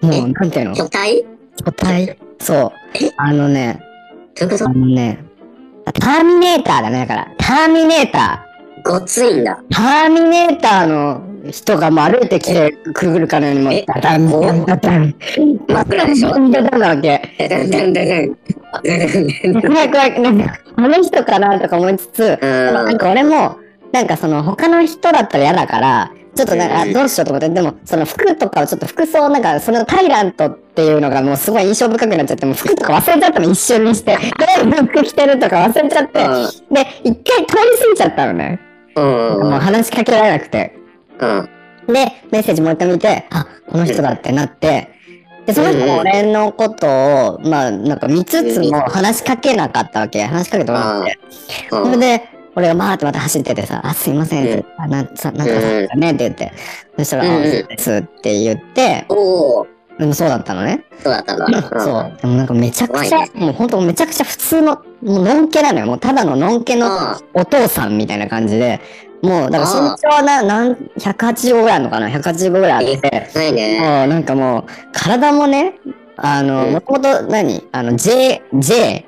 [SPEAKER 2] もうなんていうの
[SPEAKER 1] 巨体
[SPEAKER 2] 個体そう
[SPEAKER 1] え
[SPEAKER 2] あのね
[SPEAKER 1] どういうこ
[SPEAKER 2] あのねターミネーターだねだからターミネータ
[SPEAKER 1] とごついんだ。
[SPEAKER 2] ーターミネーターの人がもう歩いてきてくぐるかのようにもう
[SPEAKER 1] え
[SPEAKER 2] ダダンダンダンダン
[SPEAKER 1] 真っ暗でしょ
[SPEAKER 2] ダンダンダンなわ け
[SPEAKER 1] だんだんだんだん。
[SPEAKER 2] 怖い怖いなんかあの人かなとか思いつつ
[SPEAKER 1] う
[SPEAKER 2] なん
[SPEAKER 1] ん。
[SPEAKER 2] か俺もなんかその他の人だったら嫌だからちょっとなんかあ
[SPEAKER 1] うん
[SPEAKER 2] どうしようと思ってでもその服とかをちょっと服装なんかそのタイラントっていうのがもうすごい印象深くなっちゃってもう服とか忘れちゃったの一瞬にしてどういう服着てるとか忘れちゃってで一回通り過ぎちゃったのね
[SPEAKER 1] うん。
[SPEAKER 2] もう話しかけられなくて
[SPEAKER 1] うん。
[SPEAKER 2] でメッセージもう一回見てあこの人だってなってでその人も俺のことをまあなんか見つつも話しかけなかったわけ話しかけてもらってそれで、俺がまーってまた走っててさ、あ、すいません、
[SPEAKER 1] うん
[SPEAKER 2] あなんさなんとかさんだねって言って、そしたら、
[SPEAKER 1] うんうん
[SPEAKER 2] あ、そうですって言って、
[SPEAKER 1] おお、
[SPEAKER 2] でもそうだったのね。
[SPEAKER 1] そうだったんだ。
[SPEAKER 2] そう。でもなんかめちゃくち
[SPEAKER 1] 怖
[SPEAKER 2] ゃ、もうほんとめちゃくちゃ普通の、もうのんけなのよ。もうただののんけの
[SPEAKER 1] あ
[SPEAKER 2] お父さんみたいな感じで、もう、だから身長な、なん、185ぐらいあるのかな ?185 ぐらいあって、
[SPEAKER 1] ない
[SPEAKER 2] もう
[SPEAKER 1] ね。
[SPEAKER 2] なんかもう、体もね、あの、
[SPEAKER 1] うん
[SPEAKER 2] もともと何あの、J、J、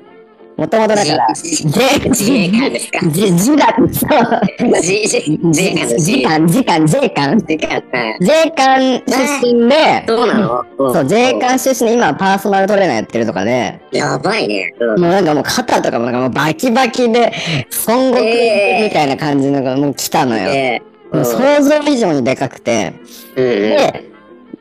[SPEAKER 2] もともとだから、J、
[SPEAKER 1] 自衛官ですか
[SPEAKER 2] じ、じだ、そう。
[SPEAKER 1] 自衛官の
[SPEAKER 2] 時
[SPEAKER 1] 自衛官。
[SPEAKER 2] 間、時間、税関
[SPEAKER 1] 自衛官。
[SPEAKER 2] 税関出身で、
[SPEAKER 1] どうなの
[SPEAKER 2] そう、税関出身で、今はパーソナルトレーナーやってるとかで、
[SPEAKER 1] やばいね。うん。
[SPEAKER 2] もうなんかもう肩とかもなんかもうバキバキで、孫悟空みたいな感じのがもう来たのよ。
[SPEAKER 1] え
[SPEAKER 2] もう想像以上にでかくて。で、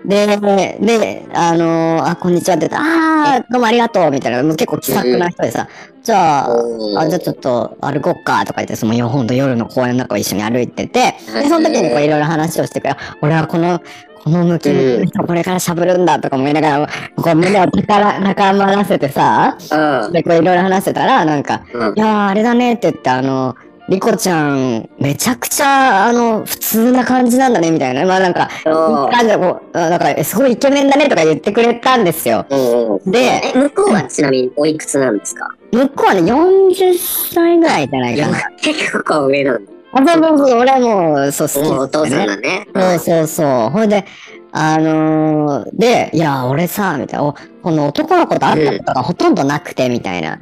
[SPEAKER 2] で、で、あのーあ、こんにちはって言ったあー、どうもありがとうみたいな、もう結構気さくな人でさ、じゃあ、あじゃあちょっと歩こっかとか言ってそのほんと夜の公園の中を一緒に歩いててでその時にこういろいろ話をしてくれ俺はこのこの向きの人これからしゃぶるんだとか思いながらこう胸を高ら高まらせてさでこういろいろ話してたらなんか「いやーあれだね」って言ってあのリコちゃんめちゃくちゃあの普通な感じなんだねみたいなまあなんかいい感じでこうあなんかえすごいイケメンだねとか言ってくれたんですよ。
[SPEAKER 1] で、向こうはちなみにおいくつなんですか
[SPEAKER 2] 向こうはね40歳ぐらいじゃないかな。
[SPEAKER 1] 結構上なんだ。
[SPEAKER 2] あ、そうそうそう、俺はもう、そう、好き、ね。
[SPEAKER 1] お父さんだね。
[SPEAKER 2] そうそうそう。ほいで、あのーで、いや、俺さ、みたいな、おこの男の子と会ったことがほとんどなくて、みたいな。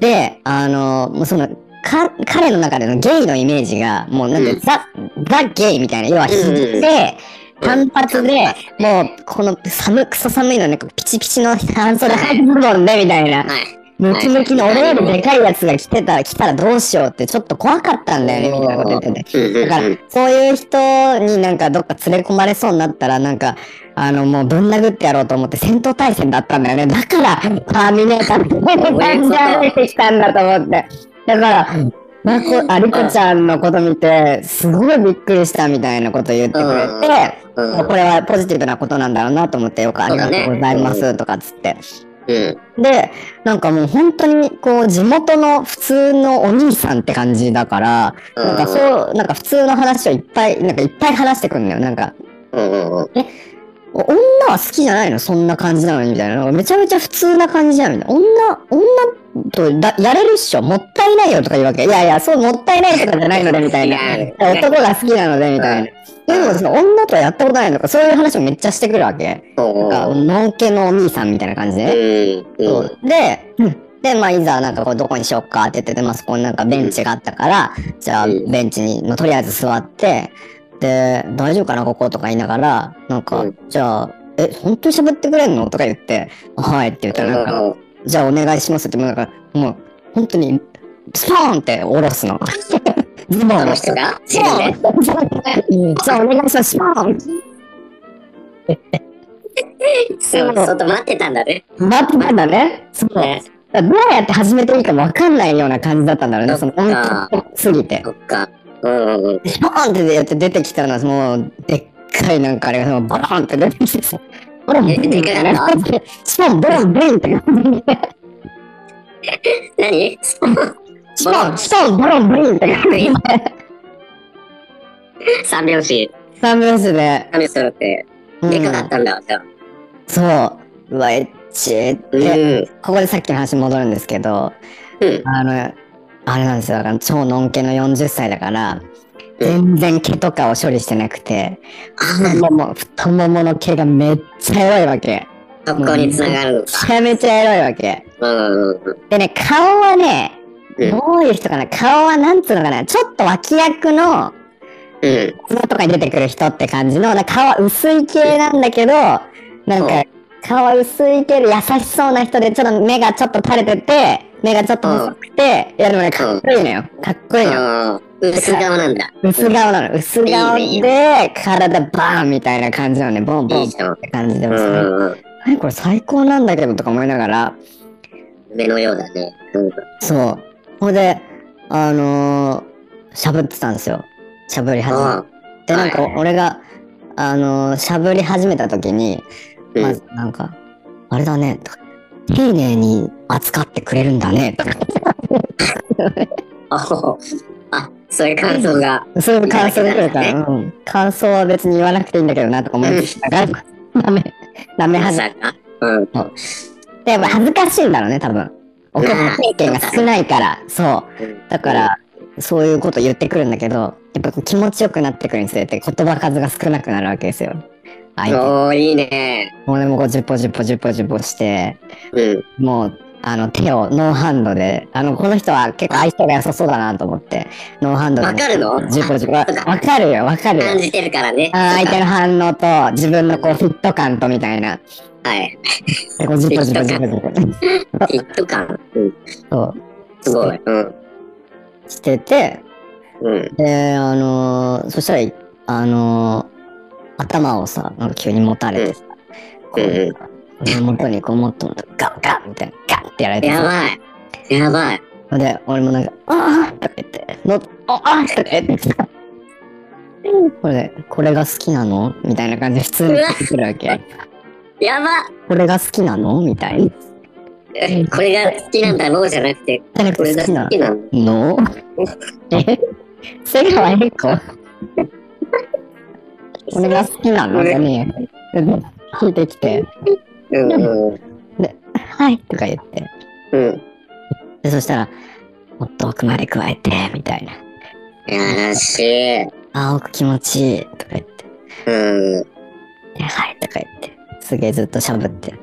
[SPEAKER 2] で、あのーもうその、か、彼の中でのゲイのイメージが、もうなんて、
[SPEAKER 1] うん
[SPEAKER 2] ザ、ザゲイみたいな、要はひげで、単発で、もう、この寒、くそ寒いのになんかピチピチの半袖半ズボンで、みたいな。
[SPEAKER 1] はい。
[SPEAKER 2] ムキムキの俺よりでかいやつが来てたら、来たらどうしようって、ちょっと怖かったんだよね、みたいなこと言ってて。だから、そういう人になんかどっか連れ込まれそうになったら、なんか、あの、もうぶん殴ってやろうと思って戦闘対戦だったんだよね。だから、ターミネーターって感じで歩いてきたんだと思って。だから、まこ、ありこちゃんのこと見て、すごいびっくりしたみたいなこと言ってくれて、もうこれはポジティブなことなんだろうなと思って、よくありがとうございますとかっつって。で、なんかもう本当にこう地元の普通のお兄さんって感じだから、なんかそう、なんか普通の話をいっぱい、なんかいっぱい話してくんのよ。なんか、お女は好きじゃないのそんな感じなのにみたいな。めちゃめちゃ普通な感じじゃんみたいな。女、女とだやれるっしょもったいないよとか言うわけ。いやいや、そうもったいないとかじゃないのでみ たいな
[SPEAKER 1] 違う。
[SPEAKER 2] 男が好きなのでみたいな。でもその女とはやったことないのとか、そういう話もめっちゃしてくるわけ。
[SPEAKER 1] そう
[SPEAKER 2] なんか、のんけのお兄さんみたいな感じでね。
[SPEAKER 1] うん。
[SPEAKER 2] そ
[SPEAKER 1] うん。
[SPEAKER 2] うで、で、まあ、いざ、なんかこう、どこにしよっかって言ってて、まあ、そこになんかベンチがあったから、じゃあ、
[SPEAKER 1] うん
[SPEAKER 2] ベンチに、のとりあえず座って、で、大丈夫かな、こことか言いながら、なんか、
[SPEAKER 1] うん
[SPEAKER 2] じゃあ、え、本当に喋ってくれんのとか言って、はいって言ったら、なんか、じゃあお願いしますって、もうなんか、もう、本当に、スポーンって下ろすの。 ズボンを
[SPEAKER 1] あの人が
[SPEAKER 2] そ
[SPEAKER 1] 自分で。
[SPEAKER 2] うじゃあお願いします、スポーン
[SPEAKER 1] そう、
[SPEAKER 2] そう
[SPEAKER 1] 外待ってたんだね。
[SPEAKER 2] 待ってたんだね。そう。
[SPEAKER 1] ね。
[SPEAKER 2] だからどうやって始めていいか分かんないような感じだったんだろうね、その音
[SPEAKER 1] あ
[SPEAKER 2] 楽すぎて。
[SPEAKER 1] そっか。うんうんうん。
[SPEAKER 2] ボーンってやって出てきたのは、もう、でっかいなんかあれが、そのボロンって出てきてさ、ボロン、
[SPEAKER 1] えでかかっ
[SPEAKER 2] しかもボロン、ブンって感じで、
[SPEAKER 1] 何スポー
[SPEAKER 2] しかも、しかもボロン、ブンって感じで、
[SPEAKER 1] ン 三拍子、
[SPEAKER 2] 三拍子で、
[SPEAKER 1] 三拍子だって、
[SPEAKER 2] うん
[SPEAKER 1] でかかったんだ。じゃあ
[SPEAKER 2] そう、うわ、えっちー
[SPEAKER 1] う
[SPEAKER 2] で、
[SPEAKER 1] ん。
[SPEAKER 2] ここでさっきの話戻るんですけど、
[SPEAKER 1] うん。
[SPEAKER 2] あの、あれなんですよ、だから超のんけの40歳だから、
[SPEAKER 1] うん
[SPEAKER 2] 全然毛とかを処理してなくて、
[SPEAKER 1] あ
[SPEAKER 2] もも太ももの毛がめっちゃエロいわけ。
[SPEAKER 1] そこに繋がるの
[SPEAKER 2] めちゃめちゃエロいわけ。
[SPEAKER 1] か。うんうんうん。
[SPEAKER 2] でね、顔はね、
[SPEAKER 1] うん
[SPEAKER 2] どういう人かな顔はなんつうのかなちょっと脇役の、
[SPEAKER 1] うん。
[SPEAKER 2] 妻とかに出てくる人って感じの、なんか顔は薄い系なんだけど、なん
[SPEAKER 1] う
[SPEAKER 2] か
[SPEAKER 1] ん、
[SPEAKER 2] 顔は薄い系で優しそうな人で、ちょっと目がちょっと垂れてて、目がちょっと細くて、いやでもね、かっこいいのよ。かっこいいのよ。
[SPEAKER 1] あー薄顔なんだ。
[SPEAKER 2] 薄顔なの。薄顔
[SPEAKER 1] いい
[SPEAKER 2] で、体バーンみたいな感じのね、ボンボ
[SPEAKER 1] い
[SPEAKER 2] ン
[SPEAKER 1] い
[SPEAKER 2] っ
[SPEAKER 1] じゃん。
[SPEAKER 2] て感じで
[SPEAKER 1] う
[SPEAKER 2] もさ、
[SPEAKER 1] んうんうん。
[SPEAKER 2] 何これ最高なんだけどとか思いながら、
[SPEAKER 1] 目のようだね。うん。
[SPEAKER 2] そう。ほんで、あのー、しゃぶってたんですよ。しゃぶり始め
[SPEAKER 1] あ
[SPEAKER 2] て。なんか
[SPEAKER 1] はい
[SPEAKER 2] 俺が、あのー、しゃぶり始めた時に、
[SPEAKER 1] うん
[SPEAKER 2] まずなんか、あれだね、とか丁寧に扱ってくれるんだね、とか
[SPEAKER 1] あほほ。あ、そういう感想が。
[SPEAKER 2] そういう感想が来るから、うん。感想は別に言わなくていいんだけどな、とか思いましたが、なめ、なめ
[SPEAKER 1] ま
[SPEAKER 2] 始め
[SPEAKER 1] さか。うん。
[SPEAKER 2] でも恥ずかしいんだろうね、多分。お客さん経験が少ないから、そう。だから、そういうこと言ってくるんだけど、やっぱこう気持ちよくなってくるにつれて言葉数が少なくなるわけですよ。
[SPEAKER 1] うん。
[SPEAKER 2] 相手。
[SPEAKER 1] おー、いいね。
[SPEAKER 2] もうでもこう10歩10歩10歩10歩して、
[SPEAKER 1] うん。
[SPEAKER 2] もう、あの手をノーハンドで、あの、この人は結構相性が良さそうだなと思って、ノーハンドで。
[SPEAKER 1] わかるの
[SPEAKER 2] 10歩10歩。わわかるよ、わかるよ。
[SPEAKER 1] 感じてるからね。
[SPEAKER 2] あー相手の反応と自分のこうフィット感とみたいな。
[SPEAKER 1] はい。
[SPEAKER 2] でこう10歩10歩10歩10歩。
[SPEAKER 1] フィット感。うん。
[SPEAKER 2] そう。
[SPEAKER 1] すごい。うん。
[SPEAKER 2] してて、
[SPEAKER 1] うん。
[SPEAKER 2] で、あのーそしたら、あのー頭をさ、なんか急に持たれてさ、
[SPEAKER 1] う
[SPEAKER 2] こ
[SPEAKER 1] んう
[SPEAKER 2] う、胸元にこう、もっともっとガンガンみたいな、ガンってやられて
[SPEAKER 1] や
[SPEAKER 2] さ、
[SPEAKER 1] ばい。やばい。
[SPEAKER 2] で、俺もなんか、あーとか言って、の、ああーとか言ってさ、これ、これが好きなのみたいな感じで普通に聞いてくるわけ。
[SPEAKER 1] やば
[SPEAKER 2] これが好きなのみたいな。
[SPEAKER 1] いこれが好きなんだろうじゃなくて、
[SPEAKER 2] じゃなく
[SPEAKER 1] これ
[SPEAKER 2] て
[SPEAKER 1] が
[SPEAKER 2] 好き
[SPEAKER 1] 好
[SPEAKER 2] な
[SPEAKER 1] きなの。
[SPEAKER 2] のえ瀬川栄子これが好きなのじゃねえよ。聞いてきて。
[SPEAKER 1] うんうん
[SPEAKER 2] はいとか言って
[SPEAKER 1] うん。
[SPEAKER 2] でそしたらもっと奥まで加えてみたいな
[SPEAKER 1] やらしい。
[SPEAKER 2] あー奥気持ちいいとか言って
[SPEAKER 1] うん。
[SPEAKER 2] ではいとか言ってすげえずっとしゃぶって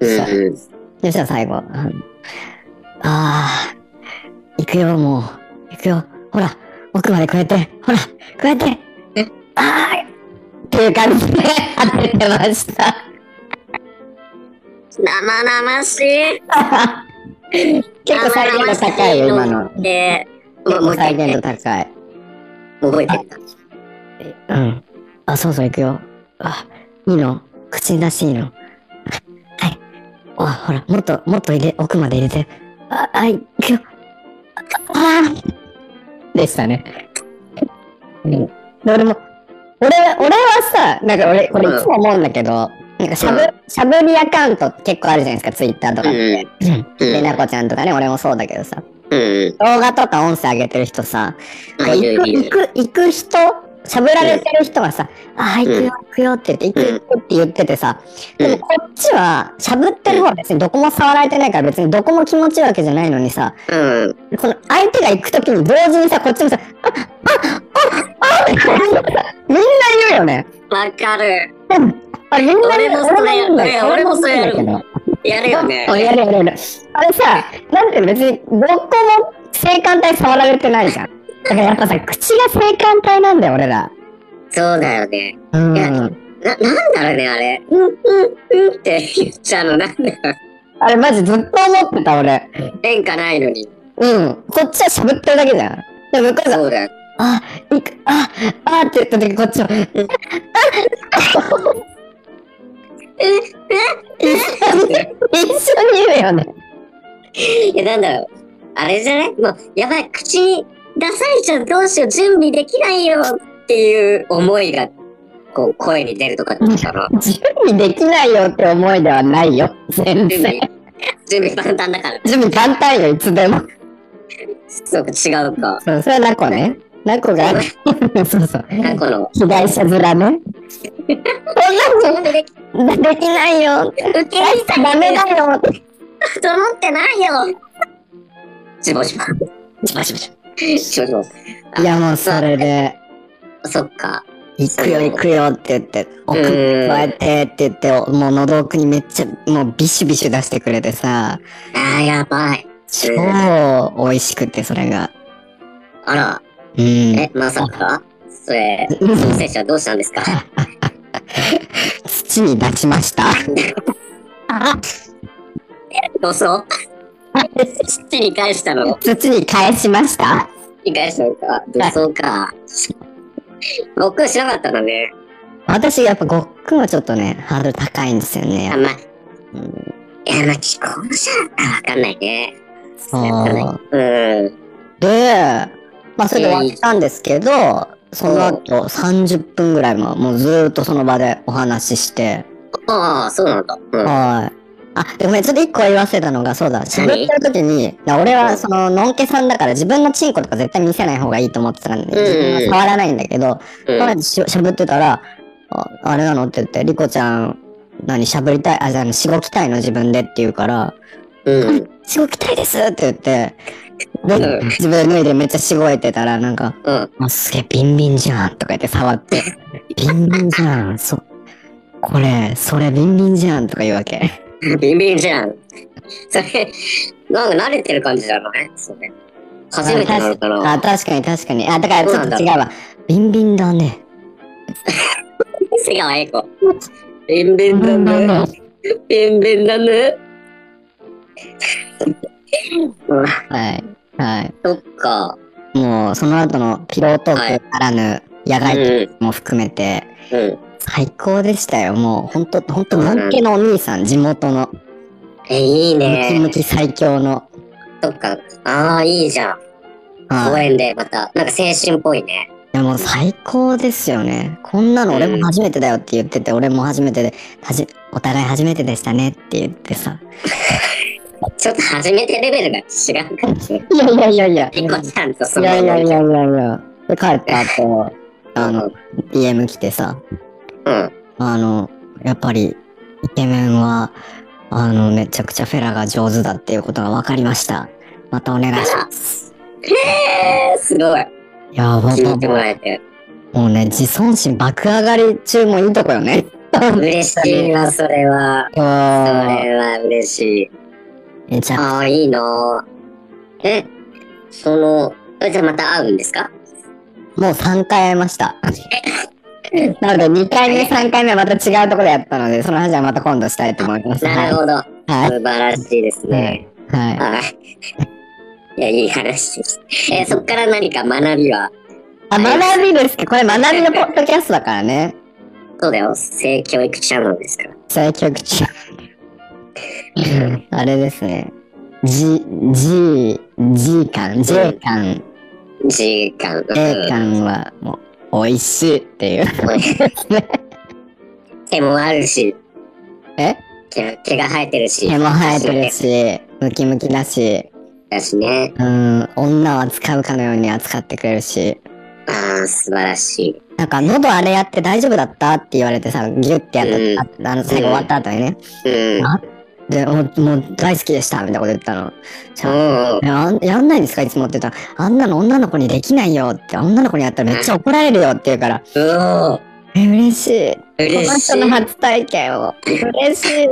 [SPEAKER 1] うん。
[SPEAKER 2] そしたら最後あのあー行くよもう行くよほら奥まで加えてほら加えてあーっていう感じで当ててました
[SPEAKER 1] 生々しい。
[SPEAKER 2] 結構再現度高いよ今の
[SPEAKER 1] で、も
[SPEAKER 2] 結
[SPEAKER 1] うもう
[SPEAKER 2] 構
[SPEAKER 1] 一回
[SPEAKER 2] 再
[SPEAKER 1] 言って
[SPEAKER 2] 現度高い
[SPEAKER 1] 覚えてるんだ。
[SPEAKER 2] うん。あ、そうそう、行くよ。あ、いいの口に出していいのはい。あ、ほら、もっと、もっと入れ、奥まで入れて。あ、あ、行くよ。あ、あでしたね。うん。で俺も、俺、俺はさ、なんか俺、これいつも思うんだけど、なんかしゃぶ
[SPEAKER 1] う、
[SPEAKER 2] しゃぶりアカウント結構あるじゃないですか、ツイッターと
[SPEAKER 1] う
[SPEAKER 2] か。
[SPEAKER 1] ん。
[SPEAKER 2] で、なこちゃんとかね、俺もそうだけどさ。
[SPEAKER 1] うん。
[SPEAKER 2] 動画とか音声上げてる人さ、
[SPEAKER 1] あ、いるいる。
[SPEAKER 2] 行く、行く人、しゃぶられてる人はさ、ああ、行くよ、行くよって言って、行くよって言っててさ、でもこっちは、しゃぶってる方は別にどこも触られてないから別にどこも気持ちいいわけじゃないのにさ、
[SPEAKER 1] うん。
[SPEAKER 2] その相手が行くときに同時にさ、こっちもさ、あああああってさみんな言うよね。
[SPEAKER 1] わかる。
[SPEAKER 2] あれみんな
[SPEAKER 1] 俺
[SPEAKER 2] 言う
[SPEAKER 1] もそれ
[SPEAKER 2] 言うんだ
[SPEAKER 1] やる俺もそれやる
[SPEAKER 2] 俺も言うんだけど
[SPEAKER 1] やるよね。
[SPEAKER 2] あやるやるやる。あれさ、なんて別に、どこも性感帯触られてないじゃん。だからやっぱさ、口が性感帯なんだよ、俺ら。
[SPEAKER 1] そうだよね。
[SPEAKER 2] うん。
[SPEAKER 1] いやな、なんだろうね、あれ。うん、うん、うんって言っちゃうの、なんだろう。
[SPEAKER 2] あれマジずっと思ってた、俺。
[SPEAKER 1] 変化ないのに。
[SPEAKER 2] うん。こっちはしゃぶってるだけじゃん。で、向こうが、
[SPEAKER 1] そうだよ。
[SPEAKER 2] あ、いく、あ、あって言った時、こっちは、うん
[SPEAKER 1] え、
[SPEAKER 2] 一緒に、一緒に言うよね。
[SPEAKER 1] え、え、なんだろう。あれじゃないもう、やばい、口に出されちゃう、どうしよう、準備できないよっていう思いが、こう、声に出るとかかな。
[SPEAKER 2] 準備できないよって思いではないよ。全
[SPEAKER 1] 準備
[SPEAKER 2] 然。、
[SPEAKER 1] 準備簡単だから。
[SPEAKER 2] 準備簡単よ、いつでも。
[SPEAKER 1] そうか、違うか。
[SPEAKER 2] そう、それはナコね。ナコが、 そうそう。
[SPEAKER 1] なんかこの、
[SPEAKER 2] 被害者面ね。そ
[SPEAKER 1] 準
[SPEAKER 2] ん
[SPEAKER 1] 備でき
[SPEAKER 2] なのできないよ。
[SPEAKER 1] 受け
[SPEAKER 2] 大
[SPEAKER 1] 入れ
[SPEAKER 2] したたダメだよ。
[SPEAKER 1] と思ってないよ。しぼしぼ。
[SPEAKER 2] しばしばし
[SPEAKER 1] しぼしぼ。
[SPEAKER 2] ばいやもうそれで、
[SPEAKER 1] そっか。
[SPEAKER 2] 行くよ行くよって言って、奥
[SPEAKER 1] う
[SPEAKER 2] に
[SPEAKER 1] ーん
[SPEAKER 2] 加えてって言って、もう喉奥にめっちゃ、もうビシュビシュ出してくれてさ、
[SPEAKER 1] あー、やばい。
[SPEAKER 2] 超美味しくてそれが。
[SPEAKER 1] あら、
[SPEAKER 2] うん。
[SPEAKER 1] え、まさかそれ、
[SPEAKER 2] うん
[SPEAKER 1] ソーセージはどうしたんですか
[SPEAKER 2] 土に出しました。
[SPEAKER 1] どうそう土に返したの
[SPEAKER 2] 土に返しました。
[SPEAKER 1] に返したのか。どうそうか。ごっくんしなかったのね。
[SPEAKER 2] 私やっぱごっくんはちょっとね、ハードル高いんですよね。や
[SPEAKER 1] あ
[SPEAKER 2] っ
[SPEAKER 1] ん
[SPEAKER 2] ぱ
[SPEAKER 1] ま、いや、まあ、既婚者だったらわかんないね。わかんない。うん。
[SPEAKER 2] で、まあ、それで終わったんですけど、その後30分ぐらいも、もうずーっとその場でお話しして、
[SPEAKER 1] ああ、そうなんだ。うん。
[SPEAKER 2] はい。あ、でごめん、ちょっと一個言い忘れたのが、そうだ、喋ってる時に、だ俺はその、のんけさんだから自分のチンコとか絶対見せない方がいいと思ってたんで、自分は触らないんだけど、
[SPEAKER 1] うん
[SPEAKER 2] まあししゃぶってたら、ああれなのって言って、リコちゃん、何、しゃぶりたい、あ、じゃあ、しごきたいの自分でって言うから、
[SPEAKER 1] うん。
[SPEAKER 2] しごきたいですって言って、
[SPEAKER 1] う
[SPEAKER 2] で
[SPEAKER 1] ん
[SPEAKER 2] 自分で脱いでめっちゃしごいてたら、なんか、
[SPEAKER 1] うん。
[SPEAKER 2] あすげえビンビンじゃんとか言って触って、ビンビンじゃ ん、そ、これ、それビンビンじゃんとか言うわけ。
[SPEAKER 1] ビンビンじゃん。それ、なんか慣れてる感じじゃないそれ。初めてなのかな
[SPEAKER 2] あ、確かに確かに。あ、だからちょっと違うわ。ビンビンだね。
[SPEAKER 1] 瀬川栄子。ビンビンだ
[SPEAKER 2] ビンビンだ
[SPEAKER 1] ね。ビンビンだね。 うん
[SPEAKER 2] はい。はい。
[SPEAKER 1] そっか。
[SPEAKER 2] もう、その後のピロート
[SPEAKER 1] は
[SPEAKER 2] ー
[SPEAKER 1] い
[SPEAKER 2] クならぬ、野
[SPEAKER 1] うん。
[SPEAKER 2] 外トークも含めて、
[SPEAKER 1] うん。
[SPEAKER 2] 最高でしたよ。もう、ほんと、ほんと、のんけのお兄さん、地元の、
[SPEAKER 1] え、いい
[SPEAKER 2] ムキム
[SPEAKER 1] ね。
[SPEAKER 2] キ最強の。
[SPEAKER 1] そっか。ああ、いいじゃん。公
[SPEAKER 2] はい。
[SPEAKER 1] 園でまた、なんか青春っぽいね。
[SPEAKER 2] いやもう最高ですよね。こんなの俺も初めてだよって言ってて、俺も初めてで、はじ、お互い初めてでしたねって言ってさ。
[SPEAKER 1] ちょっと初めてレベルが違う感じ。
[SPEAKER 2] いやいやいやいや。い
[SPEAKER 1] ピコちゃんとその
[SPEAKER 2] やいやいやいやいや。で、帰った 後、あの、DM 来てさ、
[SPEAKER 1] うん。
[SPEAKER 2] あの、やっぱり、イケメンは、あの、めちゃくちゃフェラが上手だっていうことが分かりました。またお願いし ます。
[SPEAKER 1] えー、すごい。
[SPEAKER 2] いや、ほん
[SPEAKER 1] 気に入
[SPEAKER 2] と
[SPEAKER 1] ってもらえて。
[SPEAKER 2] もうね、自尊心爆上がり中もいいとこよね。
[SPEAKER 1] 嬉しいわ、それは。
[SPEAKER 2] い
[SPEAKER 1] そ
[SPEAKER 2] やー
[SPEAKER 1] れは嬉しい。
[SPEAKER 2] めちゃくちゃ
[SPEAKER 1] ああ、いいなぁえ、その、えじゃあまた会うんですか
[SPEAKER 2] もう3回会いました。なので2回目、3回目はまた違うところでやったので、その話はまた今度したいと思います。
[SPEAKER 1] なるほど。
[SPEAKER 2] はい。
[SPEAKER 1] 素晴らしいですね。
[SPEAKER 2] はい。はい、
[SPEAKER 1] はい。いや、いい話です。え、そっから何か学びは、
[SPEAKER 2] あ、学びですかこれ学びのポッドキャストだからね。
[SPEAKER 1] そうだよ、性教育者なんですから。
[SPEAKER 2] 最強 口。あれですね。G、G、G 感、J 感、
[SPEAKER 1] 時間。
[SPEAKER 2] A 感はもう、美味しいっ ていう。
[SPEAKER 1] 手もあるし、
[SPEAKER 2] え
[SPEAKER 1] 毛毛が生えてるし。
[SPEAKER 2] 毛も生えてるし、ムキムキだし、
[SPEAKER 1] だしね。
[SPEAKER 2] うん、女を扱うかのように扱ってくれるし。
[SPEAKER 1] ああ、素晴らしい。
[SPEAKER 2] なんか、喉あれやって大丈夫だったって言われてさ、ギュッてやった、ああの、最後終わった後にね。
[SPEAKER 1] うん。
[SPEAKER 2] で、おもう大好きでした、みたいなこと言ったの。じゃあ
[SPEAKER 1] おー
[SPEAKER 2] えあんやんないんですかいつもって言ったら、あんなの女の子にできないよって、女の子にやったらめっちゃ怒られるよって言うから、
[SPEAKER 1] おー
[SPEAKER 2] え、嬉しい。こ
[SPEAKER 1] 嬉
[SPEAKER 2] の
[SPEAKER 1] し
[SPEAKER 2] 人の初体験を。嬉し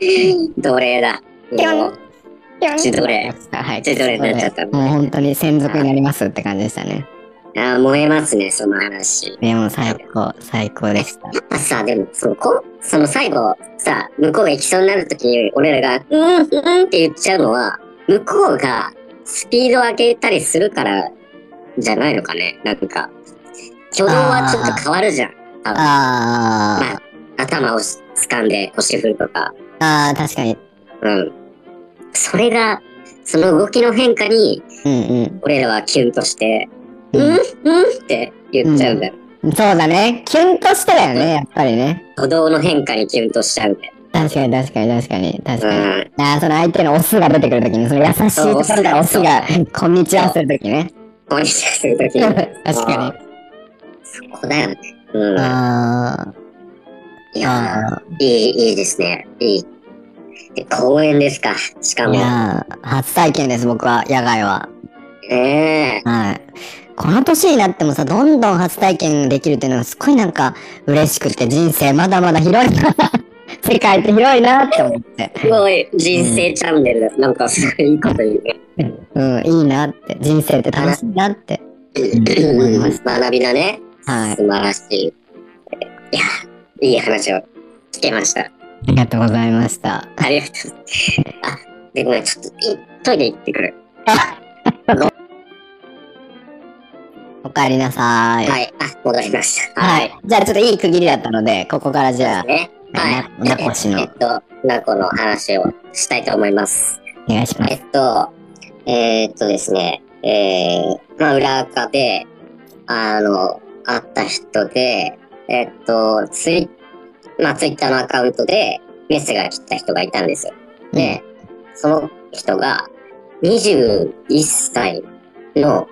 [SPEAKER 2] い。
[SPEAKER 1] い。奴隷だ。
[SPEAKER 2] ぴょん
[SPEAKER 1] もう、ちどれ。
[SPEAKER 2] はい。
[SPEAKER 1] ちどれになっちゃった
[SPEAKER 2] もう本当に専属になりますって感じでしたね。
[SPEAKER 1] あー燃えますね、その話。
[SPEAKER 2] でも最高、最高でした。
[SPEAKER 1] あさ、でも、その、こその最後、さ、向こうが行きそうになるときに、俺らが、うん、うんって言っちゃうのは、向こうがスピードを上げたりするから、じゃないのかね。なんか、挙動はちょっと変わるじゃん。
[SPEAKER 2] あ
[SPEAKER 1] 頭を掴んで腰振るとか。
[SPEAKER 2] ー、あー、確かに。
[SPEAKER 1] うん。それが、その動きの変化に、
[SPEAKER 2] うん
[SPEAKER 1] 俺らはキュンとして、う、
[SPEAKER 2] うんん。
[SPEAKER 1] うんって言っちゃうんだよ。
[SPEAKER 2] うん、そうだね。キュンとしてだよね、やっぱりね。
[SPEAKER 1] 挙動の変化にキュンとしちゃうんだよ。
[SPEAKER 2] 確かに確かに確かに確
[SPEAKER 1] う
[SPEAKER 2] かに。
[SPEAKER 1] ん。
[SPEAKER 2] ああ、その相手のオスが出てくるときに、その優しいところからオスが、こんにちはするときね。
[SPEAKER 1] こうにするときに。
[SPEAKER 2] 確か
[SPEAKER 1] そこだよね。う
[SPEAKER 2] に。
[SPEAKER 1] ん。
[SPEAKER 2] あ
[SPEAKER 1] い
[SPEAKER 2] ー
[SPEAKER 1] や
[SPEAKER 2] あ
[SPEAKER 1] ー、いい、いいですね。いい。で公園ですか。しか
[SPEAKER 2] ー。い
[SPEAKER 1] も。
[SPEAKER 2] やー、初体験です、僕は、野外は。
[SPEAKER 1] ねえ。
[SPEAKER 2] はい。この年になってもさ、どんどん初体験できるっていうのがすごいなんか嬉しくて、人生まだまだ広いな。 世界って広いなって思って。
[SPEAKER 1] すごい、人生チャンネルだ。なんか、すごいいいこと言うね。
[SPEAKER 2] うん、いいなって。人生って楽しいなって。ん思います
[SPEAKER 1] 学びだね。
[SPEAKER 2] はい
[SPEAKER 1] 素晴らしい。いや、いい話を聞けました。
[SPEAKER 2] ありがとうございました。
[SPEAKER 1] ありがとう。あ、で、ごめん、ちょっと、いトイレ行ってくる。
[SPEAKER 2] お帰りなさい。
[SPEAKER 1] はい。あ、戻りました。。
[SPEAKER 2] はいい。じゃあちょっといい区切りだったので、ここからじゃあ、
[SPEAKER 1] ね。は
[SPEAKER 2] な名越
[SPEAKER 1] い。
[SPEAKER 2] の
[SPEAKER 1] えっと、なこの話をしたいと思います。
[SPEAKER 2] お願いします。
[SPEAKER 1] えっと、えーっとですね、えー、まあ、裏垢で、あの、会った人で、えっと、ツイ、まあ、ツイッターのアカウントでメッセが来た人がいたんですよ。で、その人が、21歳の、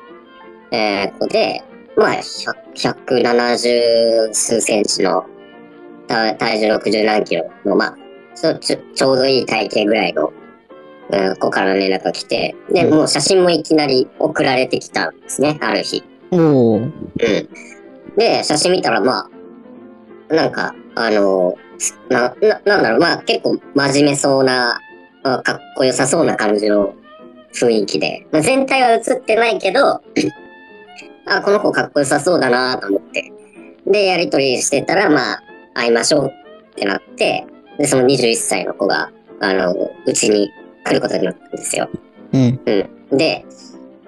[SPEAKER 1] えー子で、まあ、100 170数センチの、た体重60何キロの、まあ、ちょちょちょうどいい体型ぐらいのうん、子から連絡が来て、で、
[SPEAKER 2] うん
[SPEAKER 1] もう写真もいきなり送られてきたんですね、ある日。
[SPEAKER 2] おー。
[SPEAKER 1] うん。で、写真見たら、まあ、なんか、あの、すな、な、なんだろう、まあ結構真面目そうな、あかっこよさそうな感じの雰囲気で、まあ、全体は映ってないけど、 あ、この子かっこよさそうだなと思って。で、やりとりしてたら、まあ、会いましょうってなって、で、その21歳の子が、あの、うちに来ることになったんですよ。
[SPEAKER 2] うん。
[SPEAKER 1] で、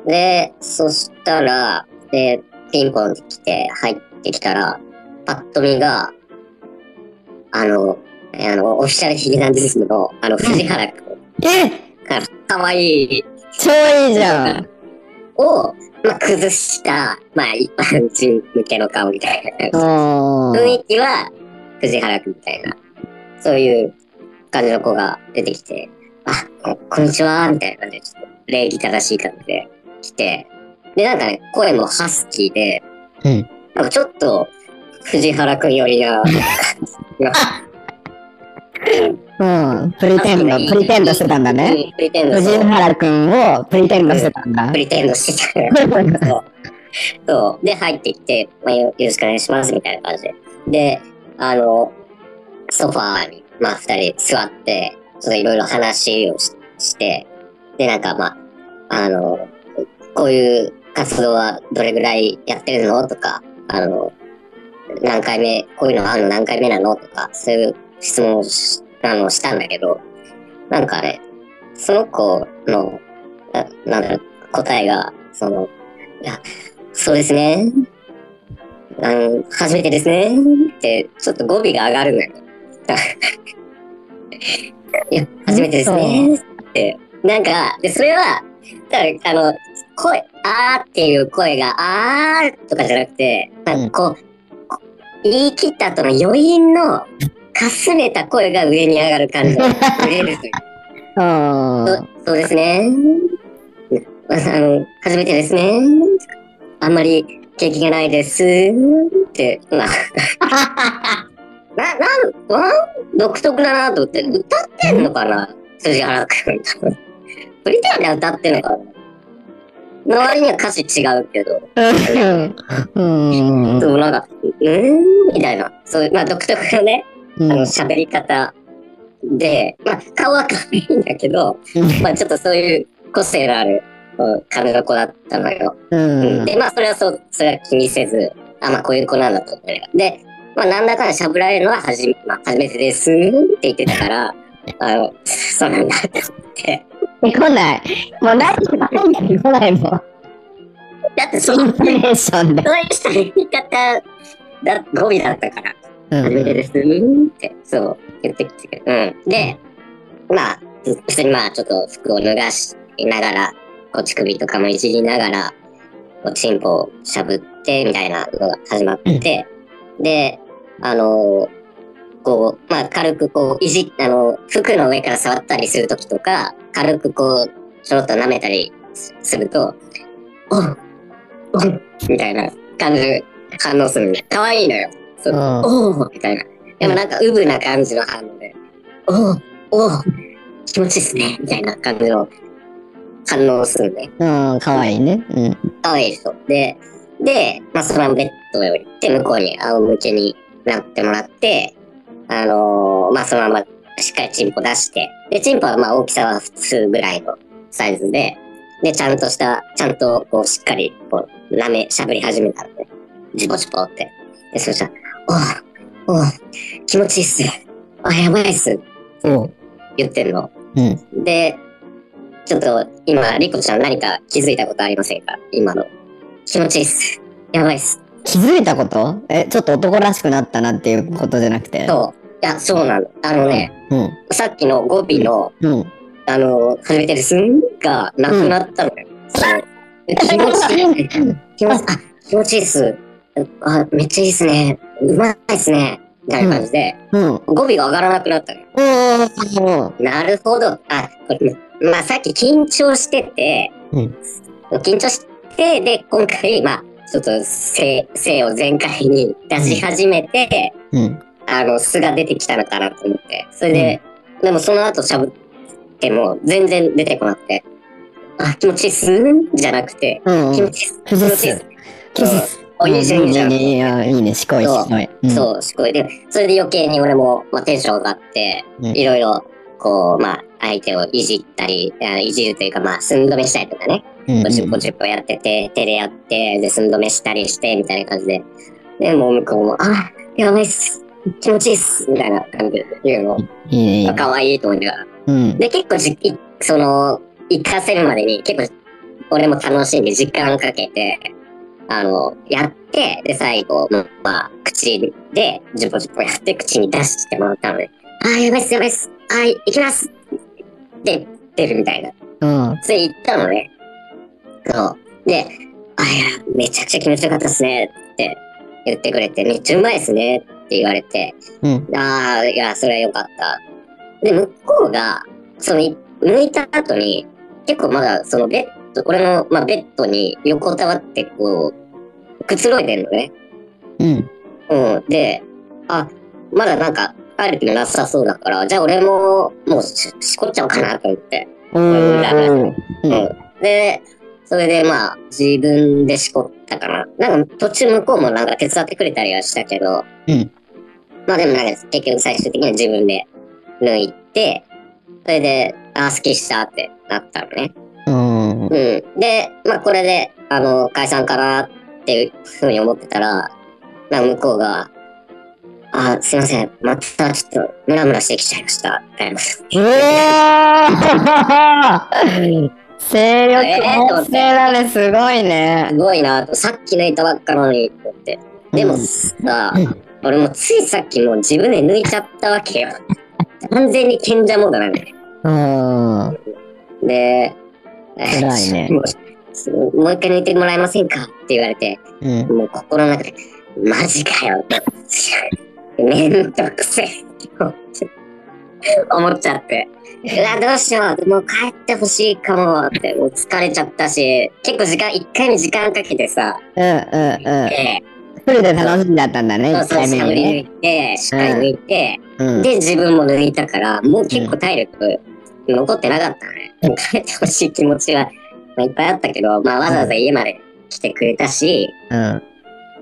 [SPEAKER 1] で、そしたら、で、ピンポンって来て入ってきたら、パッと見が、あの、あの、オフィシャルヒゲダンディズムの、あの、藤原くん
[SPEAKER 2] え
[SPEAKER 1] から、かわいい
[SPEAKER 2] 超いいじゃん。
[SPEAKER 1] を、まあ、崩した、まあ、一般人向けの顔みたいな。
[SPEAKER 2] お
[SPEAKER 1] 雰
[SPEAKER 2] ー。
[SPEAKER 1] 囲気は、藤原くんみたいな、そういう感じの子が出てきて、あ、ここんにちは、みたいな感じで、ちょっと礼儀正しい感じで来て、で、なんかね、声もハスキーで、
[SPEAKER 2] うん
[SPEAKER 1] なんかちょっと、藤原くんよりな、
[SPEAKER 2] うん。プ リテンド、プリテンドしてたんだね。
[SPEAKER 1] うんプリテンド、
[SPEAKER 2] 藤原くんをプリテンドしてたんだ
[SPEAKER 1] プ。リテンドしてたよ。そう。そう。で、入ってきて、まあ、よよろしくお願いします、みたいな感じで。で、あの、ソファーに、まあ、二人座って、ちょっといろいろ話をしして、で、なんか、まあ、あの、こういう活動はどれぐらいやってるのとか、あの、何回目、こういうのあるの何回目なのとか、そういう質問をしあのしたんだけど、なんかね、その子の、ななんだろう、答えが、その、いや、そうですね。あの、初めてですね。って、ちょっと語尾が上がるのよ。 いや、初めてですね。って。なんか、で、それは、多分あの、声、あーっていう声が、あーとかじゃなくて、なんかこう、こ言い切った後の余韻の、かすめた声が上に上がる感じ。売れるという
[SPEAKER 2] うん。
[SPEAKER 1] そそうですね。あの、初めてですね。あんまり景気がないですって、まあ、 な、なん、なん独特だなと思って、歌ってんのかな辻原くん。フリーターで歌ってんのかなの割には歌詞違うけど、
[SPEAKER 2] うん。うん
[SPEAKER 1] で。もなんか、うーん、みたいな、そういう、まあ独特のね、
[SPEAKER 2] う
[SPEAKER 1] あの、
[SPEAKER 2] ん。
[SPEAKER 1] 喋り方で、まあ、顔は可愛いんだけど、まあ、ちょっとそういう個性のある、うん彼の子だったのよ。
[SPEAKER 2] うん。
[SPEAKER 1] で、まあ、それはそう、それは気にせず、あ、まあ、こういう子なんだと思って。で、まあ、なんだかんだしゃぶられるのは初め、まあ、初めてですって言ってた から、あの、そうなんだって思って。
[SPEAKER 2] 来ない。もう何何が来ない もん。
[SPEAKER 1] だって、そ
[SPEAKER 2] イ
[SPEAKER 1] の、
[SPEAKER 2] ントネーションで。
[SPEAKER 1] そういう人の言い方、だ、語尾だったから。
[SPEAKER 2] う
[SPEAKER 1] 初めて
[SPEAKER 2] ん。
[SPEAKER 1] ですって、そう、言ってきてくれる。うん。で、まあ、普通にまあ、ちょっと服を脱がしながら、こう乳首とかもいじりながら、こうチンポをしゃぶって、みたいなのが始まって、で、あのーこう、まあ、軽くこう、いじ、あの、服の上から触ったりするときとか、軽くこう、ちょろっと舐めたりすすると、おんおんみたいな感じで反応する。可愛いのよ。そう
[SPEAKER 2] うん
[SPEAKER 1] おおみたいな。でもなんか、ウブな感じの反応で、おおおお気持ちいいっすねみたいな感じの反応をするね。
[SPEAKER 2] うん、かわいいね。うん。
[SPEAKER 1] 可愛いでしょ。で、で、まあ、そのままベッドへ降りて、向こうに仰向けになってもらって、あのーまあ、そのまましっかりチンポ出して、で、チンポはまあ、大きさは普通ぐらいのサイズで、で、ちゃんとした、ちゃんと、こう、しっかり、こう、舐め、しゃぶり始めたので、ジポジポって。で、そしたら、おうおう気持ちいいっす。あ、やばいっす。
[SPEAKER 2] そう。
[SPEAKER 1] 言ってんの。
[SPEAKER 2] うん。
[SPEAKER 1] で、ちょっと今、リコちゃん何か気づいたことありませんか今の。気持ちいいっす。やばいっす。
[SPEAKER 2] 気づいたことえ、ちょっと男らしくなったなっていうことじゃなくて。
[SPEAKER 1] そう。いや、そうなの。あのね、
[SPEAKER 2] うん。
[SPEAKER 1] さっきの語尾の、
[SPEAKER 2] うん。
[SPEAKER 1] あの、初めてですんがなくなったのよ。そう気持ちいい。 気持ち、あ、気持ちいいっす。あ、めっちゃいいっすね。うまいっすね。みたいな感じで、
[SPEAKER 2] うん。うん。
[SPEAKER 1] 語尾が上がらなくなったのよ。なるほど。あ、これ、まあさっき緊張してて、
[SPEAKER 2] うん
[SPEAKER 1] 緊張して、で、今回、まあ、ちょっと性、性を全開に出し始めて、
[SPEAKER 2] うん。
[SPEAKER 1] あの、素が出てきたのかなと思って。それで、でもその後しゃぶっても全然出てこなくて、あ、気持ちいいっすじゃなくて、
[SPEAKER 2] うん。
[SPEAKER 1] 気持ちいいっす。
[SPEAKER 2] 気持ちいいっす
[SPEAKER 1] 気持ちいいっす。うんおいいじゃん、いいじゃん。
[SPEAKER 2] いいね、いいね、しこい、しこい。うん。
[SPEAKER 1] そう、すごい。で、それで余計に俺も、まあ、テンション上がって、
[SPEAKER 2] うん
[SPEAKER 1] いろいろ、こう、まあ、相手をいじったり、あいじるというか、まあ、寸止めしたりとかね、
[SPEAKER 2] うん。
[SPEAKER 1] 50、50分やってて、手でやって、で、寸止めしたりして、みたいな感じで。で、もう向こうも、あ、やばいっす。気持ちいいっす。みたいな感じで言うの。
[SPEAKER 2] いいね、いいね。
[SPEAKER 1] 可愛いと思いながら。
[SPEAKER 2] うん。
[SPEAKER 1] で、結構じ、いその、行かせるまでに、結構、俺も楽しんで時間かけて、あの、やって、で、最後、まあ、口で、ジュポジュポやって、口に出してもらったので、あー、やばいっす、やばいっす、あー、行きますって言ってるみたいな。
[SPEAKER 2] うん。
[SPEAKER 1] それ言ったのね。そう。で、あ、いや、めちゃくちゃ気持ちよかったっすねって言ってくれて、めっちゃうまいっすねって言われて、
[SPEAKER 2] うん。
[SPEAKER 1] ああ、いや、それは良かった。で、向こうが、その、い抜いた後に、結構まだ、そのベッド、俺の、まあ、ベッドに横たわって、こう、くつろいでるのね。
[SPEAKER 2] うん。
[SPEAKER 1] うん。で、あ、まだなんか、ある気もなさそうだから、じゃあ俺も、もうし、しこっちゃおうかなと思って。
[SPEAKER 2] おー。う。
[SPEAKER 1] うんん。で、それでまあ、自分でしこったかな。なんか、途中向こうもなんか手伝ってくれたりはしたけど、
[SPEAKER 2] うん。
[SPEAKER 1] まあでもなんか結局最終的には自分で抜いて、それで、あ、好きしたってなったのね。
[SPEAKER 2] うん。
[SPEAKER 1] うん。で、まあこれで、あの、解散かなっていうふうに思ってたら、なんか向こうが、あ、すいません、またちょっとムラムラしてきちゃいました、みたいな。
[SPEAKER 2] えー精力旺盛だね、すごいね
[SPEAKER 1] す。ごいなと、さっき抜いたばっかなのに、と思って。でもさ、
[SPEAKER 2] うん
[SPEAKER 1] 俺もついさっきもう自分で抜いちゃったわけよ。完全に賢者モードなんだよね。
[SPEAKER 2] うん。
[SPEAKER 1] で、
[SPEAKER 2] 偉いね
[SPEAKER 1] もうもう一回抜いてもらえませんかって言われて、
[SPEAKER 2] うん。
[SPEAKER 1] もう心の中で、マジかよ。めんどくせえ。 思っちゃって。うわ、どうしよう。もう帰ってほしいかもって、もう疲れちゃったし、結構時間、一回に時間かけてさ、
[SPEAKER 2] うんうんうん。
[SPEAKER 1] え
[SPEAKER 2] フルで楽しんだったんだね、
[SPEAKER 1] ー、そ
[SPEAKER 2] 1
[SPEAKER 1] うそう、
[SPEAKER 2] 回
[SPEAKER 1] し
[SPEAKER 2] 目
[SPEAKER 1] か
[SPEAKER 2] よ
[SPEAKER 1] も
[SPEAKER 2] り
[SPEAKER 1] 抜
[SPEAKER 2] ね。
[SPEAKER 1] いて、しっかり抜いて、
[SPEAKER 2] うん。
[SPEAKER 1] で、自分も抜いたから、もう結構体力残ってなかったのね。
[SPEAKER 2] う ん
[SPEAKER 1] もう帰ってほしい気持ちは、まあ、いっぱいあったけど、まあ、わざわざ家まで来てくれたし、
[SPEAKER 2] うん。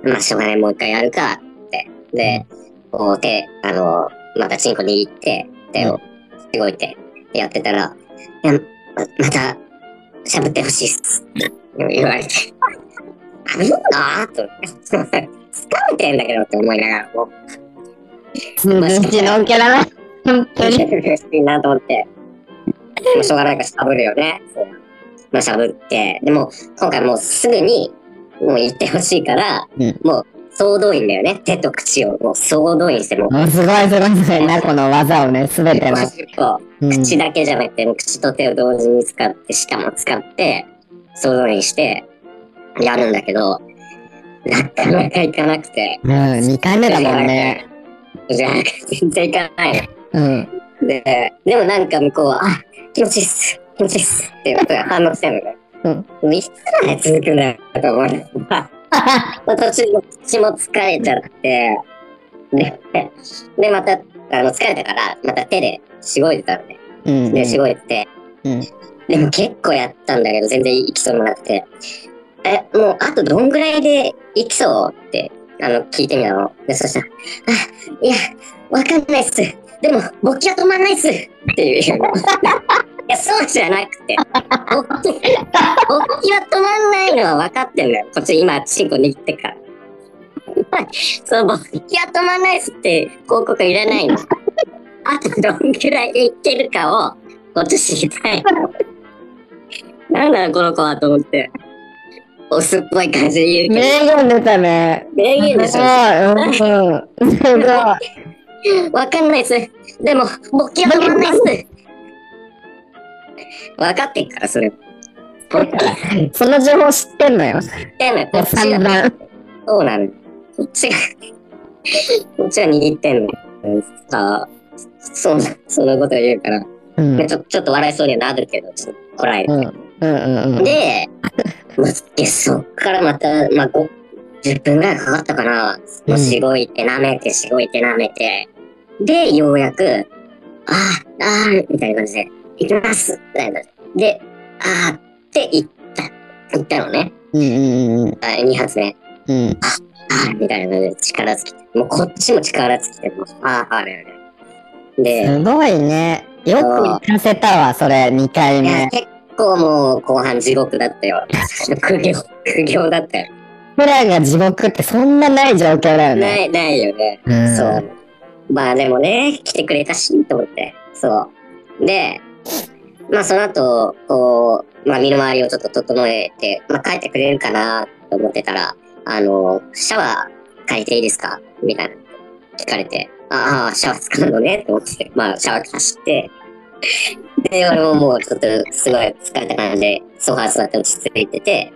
[SPEAKER 1] まあ、しょうがない、もう一回やるかって。で、こう手、あの、またチンコ握って、手
[SPEAKER 2] う
[SPEAKER 1] を動いてやってたら、いやままた、しゃぶってほしいっす。って言われて。 あるなと思って。 疲れてんだけどって思いながら、もう、
[SPEAKER 2] すごいちのんけだな。 本当に。
[SPEAKER 1] 嬉しいなと思って。もうしょうがないからしゃぶるよね。そうまあ、しゃぶって。でも、今回もうすぐに、もう行ってほしいから、
[SPEAKER 2] うん
[SPEAKER 1] もう、総動員だよね。手と口を、もう総動員して、もう、
[SPEAKER 2] もうすごいすごいすごいな、この技をね、すべての。
[SPEAKER 1] こ
[SPEAKER 2] う
[SPEAKER 1] うん口だけじゃなくて、もう口と手を同時に使って、しかも使って、総動員して、やるんだけど、なかなかいかなくて。
[SPEAKER 2] うん、2回目だもんね。
[SPEAKER 1] いや、全然いかないの。
[SPEAKER 2] うん。
[SPEAKER 1] で、でもなんか向こうは、あ、気持ちいいっす、気持ちいいっすっていうことが反応してるのね。
[SPEAKER 2] うん
[SPEAKER 1] もういつまで続くんだよと思いながらま あ途中も口も疲れちゃって、で、で、また、あの、疲れたから、また手でしごいてたのね。
[SPEAKER 2] うん。
[SPEAKER 1] で、しごいてて、
[SPEAKER 2] うん。
[SPEAKER 1] でも結構やったんだけど、全然行きそうになくて、え、もうあとどんぐらいで行きそうって、あの、聞いてみたの。で、そしたら、あ、いや、わかんないっす。でも、勃起は止まんないっす。っていう。いや、そうじゃなくて、 勃起、勃起は止まんないのは分かってんだよ。こっち今、チンコ握ってっから。 そう、勃起は止まんないっすって広告いらないの。 あとどんぐらいでいけるかを、こっち知りたい。なんだろうこの子はと思って。オスっぽい感じで言うけ
[SPEAKER 2] 名言出たね。
[SPEAKER 1] ど。名言でし
[SPEAKER 2] す
[SPEAKER 1] ょ
[SPEAKER 2] ごい。うん。すごい。
[SPEAKER 1] わかんないっす。でも、勃起は止まんないっす。わかってっから、それ。勃起っ
[SPEAKER 2] その情報知ってんのよ。
[SPEAKER 1] てんのよ。こっち
[SPEAKER 2] 3
[SPEAKER 1] が、
[SPEAKER 2] 番。
[SPEAKER 1] そうなの。こっちが、こっちが握ってんの。さあ、そんな、そんなこと言うから、
[SPEAKER 2] うん。うん
[SPEAKER 1] ちょちょっと笑いそうにはなるけど、ちょっとこらえて。
[SPEAKER 2] うんうん。
[SPEAKER 1] で、まあ、でそっからまた、まあ、ご10分ぐらいかかったかな。
[SPEAKER 2] う
[SPEAKER 1] も
[SPEAKER 2] ん
[SPEAKER 1] うしごいて舐めて、しごいて舐めて。で、ようやく、あー、あー、みたいな感じで、行きますみたいな。で、あーって行った。行ったのね。
[SPEAKER 2] うんうんうん
[SPEAKER 1] あ2発目。
[SPEAKER 2] うん。
[SPEAKER 1] あ ーみたいな感じで力尽きて。もうこっちも力尽きて、もう、あー、あー、みたいな。で、
[SPEAKER 2] すごいね。よく行かせたわ、それ、2回
[SPEAKER 1] いや、
[SPEAKER 2] 目。
[SPEAKER 1] 結構もう後半地獄だったよ。 苦行、苦行だったよ。
[SPEAKER 2] プラが地獄ってそんなない状況だよ
[SPEAKER 1] な
[SPEAKER 2] ね。
[SPEAKER 1] い、ないよね。
[SPEAKER 2] うん
[SPEAKER 1] そう。まあでもね、来てくれたし、と思って。そう。で、まあその後、こう、まあ身の回りをちょっと整えて、まあ帰ってくれるかなと思ってたら、あの、シャワー借りていいですかみたいな。聞かれて、ああ、シャワー使うのねと思って、まあシャワー貸して、で、俺ももうちょっとすごい疲れた感じで、ソファー座って落ち着いてて、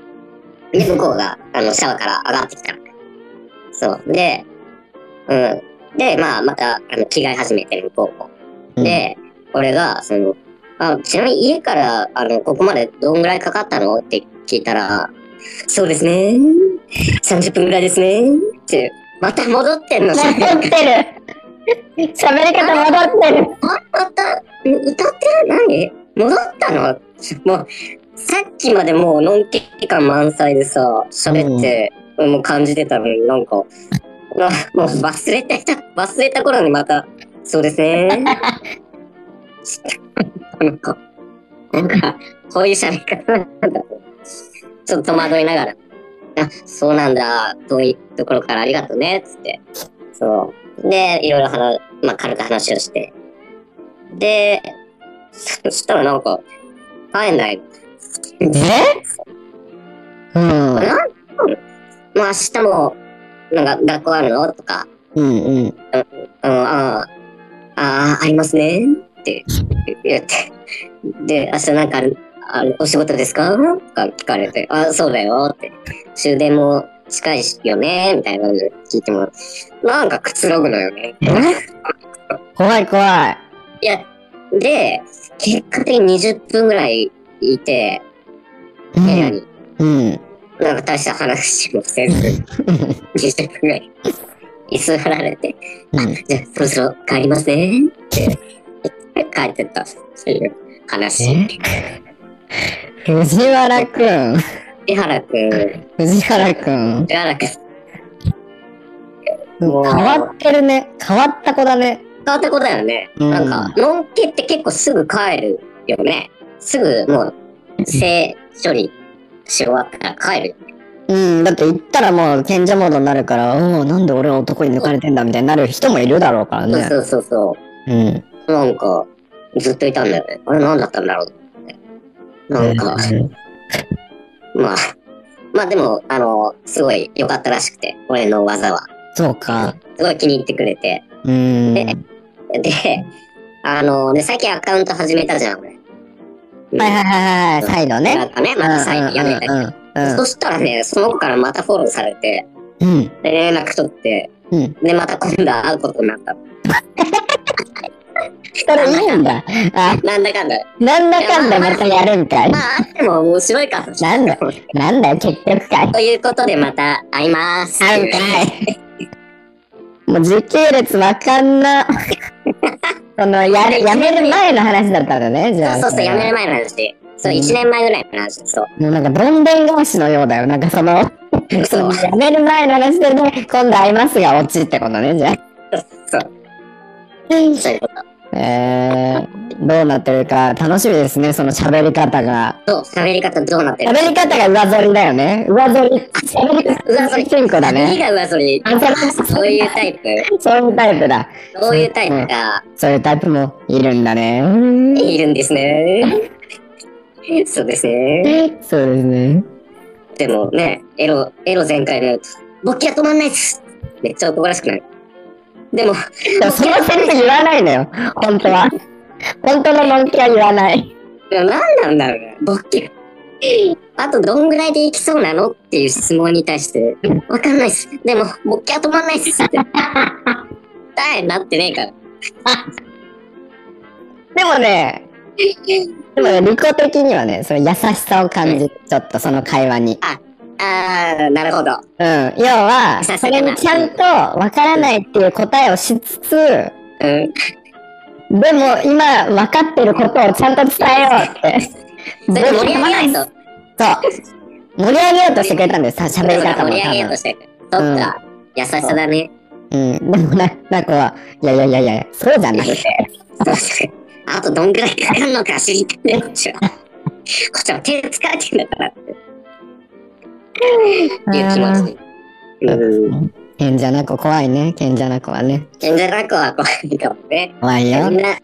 [SPEAKER 1] で、向こうが、あの、シャワーから上がってきたのね。そう。で、うん。で、まあ、また、あの、着替え始めてる、こう
[SPEAKER 2] うん
[SPEAKER 1] も。で、俺が、その、あ、ちなみに家から、あの、ここまでどんぐらいかかったのって聞いたら、そうですね。30分ぐらいですね。って、また戻ってんの。
[SPEAKER 2] 喋ってる。 喋り方戻ってる。
[SPEAKER 1] また、歌ってる何戻ったのもう、さっきまでもう、のんき感満載でさ、喋って、もう感じてたのに、なんか、 もうもう忘れてた、忘れた頃にまた、そうですね。 なんか、なんか、こういう喋り方なんだ。ちょっと戸惑いながら、あ、 そうなんだ、遠いところからありがとうね、つって。そう。で、いろいろ話、まあ、軽く話をして。で、そしたらなんか、帰んない。
[SPEAKER 2] えうん。
[SPEAKER 1] もう明日も、なんか学校あるのとか、
[SPEAKER 2] うんうん。
[SPEAKER 1] うん、ああ、ああ、ありますね。って言って。で、明日なんかある、あのお仕事ですかとか聞かれて、あそうだよって。終電も近いよね、みたいなの聞いても、なんかくつろぐのよね。
[SPEAKER 2] 怖い怖
[SPEAKER 1] い
[SPEAKER 2] い。
[SPEAKER 1] や、で、結果的に20分ぐらいいて、
[SPEAKER 2] う
[SPEAKER 1] 部屋
[SPEAKER 2] ん。
[SPEAKER 1] に、
[SPEAKER 2] うん。
[SPEAKER 1] なんか大した話もせず、20分ぐらい居座られて、
[SPEAKER 2] う
[SPEAKER 1] あ
[SPEAKER 2] ん
[SPEAKER 1] じゃあそろそろ帰りますねって帰ってったっていう話。
[SPEAKER 2] 藤原くん。
[SPEAKER 1] 江原くん、
[SPEAKER 2] 藤原くん。
[SPEAKER 1] 江原くん、
[SPEAKER 2] 変
[SPEAKER 1] もう
[SPEAKER 2] わってるね。変わった子だね。
[SPEAKER 1] 変わった子だよね。
[SPEAKER 2] うん
[SPEAKER 1] なんか、のんけって結構すぐ帰るよね。すぐもう、性処理し終わったら帰るよね。
[SPEAKER 2] うん。だって行ったらもう賢者モードになるから、おお、なんで俺は男に抜かれてんだみたいになる人もいるだろうからね。
[SPEAKER 1] そうそうそうそう。
[SPEAKER 2] うん。
[SPEAKER 1] なんか、ずっといたんだよね。あれ何だったんだろうってなんか、まあ、まあでも、あの、すごい良かったらしくて、俺の技は。
[SPEAKER 2] そうか。
[SPEAKER 1] すごい気に入ってくれて。
[SPEAKER 2] うん。
[SPEAKER 1] えで、あの、ね、最近アカウント始めたじゃん、俺。
[SPEAKER 2] はいはいはいはい、サイド
[SPEAKER 1] な
[SPEAKER 2] ね。
[SPEAKER 1] んかね、また再度やめたり。そしたらね、その子からまたフォローされて、
[SPEAKER 2] うん。うん。うん。
[SPEAKER 1] で連絡取って、
[SPEAKER 2] うん。
[SPEAKER 1] で、また今度会うことになったの。
[SPEAKER 2] それいいんだ。あ、
[SPEAKER 1] なんだかんだ。
[SPEAKER 2] なんだかんだまたやるみたい
[SPEAKER 1] ま。あ、会っても面白いかもしれ
[SPEAKER 2] なんだ、なんだよ、結局かい。
[SPEAKER 1] ということで、また会います。
[SPEAKER 2] 会うかい。もう時系列わかんな。 そのやる、やめる前の話だったんだね、じゃ
[SPEAKER 1] そ
[SPEAKER 2] あ。
[SPEAKER 1] うそうそう、
[SPEAKER 2] れ
[SPEAKER 1] や
[SPEAKER 2] は
[SPEAKER 1] める前の話。そう、
[SPEAKER 2] うん
[SPEAKER 1] 1年前ぐらいの話。そう。
[SPEAKER 2] もうなんか、どんでん返しのようだよ。なんかその、そのやめる前の話でね、今度会いますが、オチってことね、じゃあ。
[SPEAKER 1] そう。そういうこ
[SPEAKER 2] えー、どうなってるか、楽しみですね、その喋り方が。
[SPEAKER 1] と。そう、喋り方どうなってる
[SPEAKER 2] 喋り方が上反りだよね。上反り。喋り方
[SPEAKER 1] 上反り
[SPEAKER 2] 進行だ
[SPEAKER 1] 何
[SPEAKER 2] ね。
[SPEAKER 1] が上それ
[SPEAKER 2] あそう
[SPEAKER 1] そういうタイプ
[SPEAKER 2] そういうタイプだ。
[SPEAKER 1] そういうタイプが
[SPEAKER 2] そういうタイプもいるんだね。
[SPEAKER 1] いるんですね。そうですね。
[SPEAKER 2] そうですね。
[SPEAKER 1] でもね、エロ、エロ全開の、勃起が止まんないっすめっちゃ男らしくなる。でも、
[SPEAKER 2] でもそのセリフ言わないのよ。本当は。本当ののんきは言わない。
[SPEAKER 1] 何なんだろうね、勃起。あとどんぐらいでいきそうなのっていう質問に対して、わかんないっす。でも、勃起は止まんないっすって。答えになってねえから。
[SPEAKER 2] でもね、でもね、利己的にはね、その優しさを感じる。ちょっとその会話に。
[SPEAKER 1] あー、なるほど。
[SPEAKER 2] うん。要は、
[SPEAKER 1] 優しさかな
[SPEAKER 2] それにちゃんとわからないっていう答えをしつつ、
[SPEAKER 1] うん。
[SPEAKER 2] でも今分かってることをちゃんと伝えようって。
[SPEAKER 1] それで盛り上げないと。
[SPEAKER 2] そう。盛り上げようとしてくれたんです、さ喋り方も
[SPEAKER 1] 盛り上げ
[SPEAKER 2] 多
[SPEAKER 1] ようと
[SPEAKER 2] 分。
[SPEAKER 1] してる。そっか。優しさだね。
[SPEAKER 2] うん。でもな、なんかは、いやいやいやいや、そうじゃなくて。
[SPEAKER 1] そうそうあとどんぐらいかかんのか知りたいね、こっちは。こっちは手疲れてんだからっていう気持ち。うん。
[SPEAKER 2] 賢者な子怖いね、賢者な子はね。
[SPEAKER 1] 賢者学校は怖いかもね。
[SPEAKER 2] 怖いよ
[SPEAKER 1] み。んな、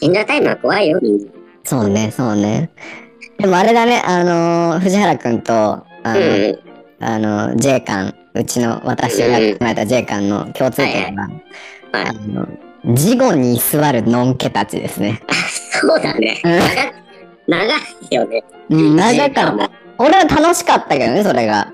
[SPEAKER 1] 賢者タイムは怖いよ、みんな。
[SPEAKER 2] そうね、そうね。でもあれだね、あのー藤原くんと、あの、
[SPEAKER 1] うん。
[SPEAKER 2] あの J 館、うちの私をやってもらえた J 館の共通点は、
[SPEAKER 1] はい
[SPEAKER 2] あの、事後に居座るのんけたちですね。
[SPEAKER 1] そうだね。長長いよね。
[SPEAKER 2] うん、長
[SPEAKER 1] 時
[SPEAKER 2] か
[SPEAKER 1] 間
[SPEAKER 2] っ
[SPEAKER 1] も
[SPEAKER 2] た。俺は楽しかったけどね、それが。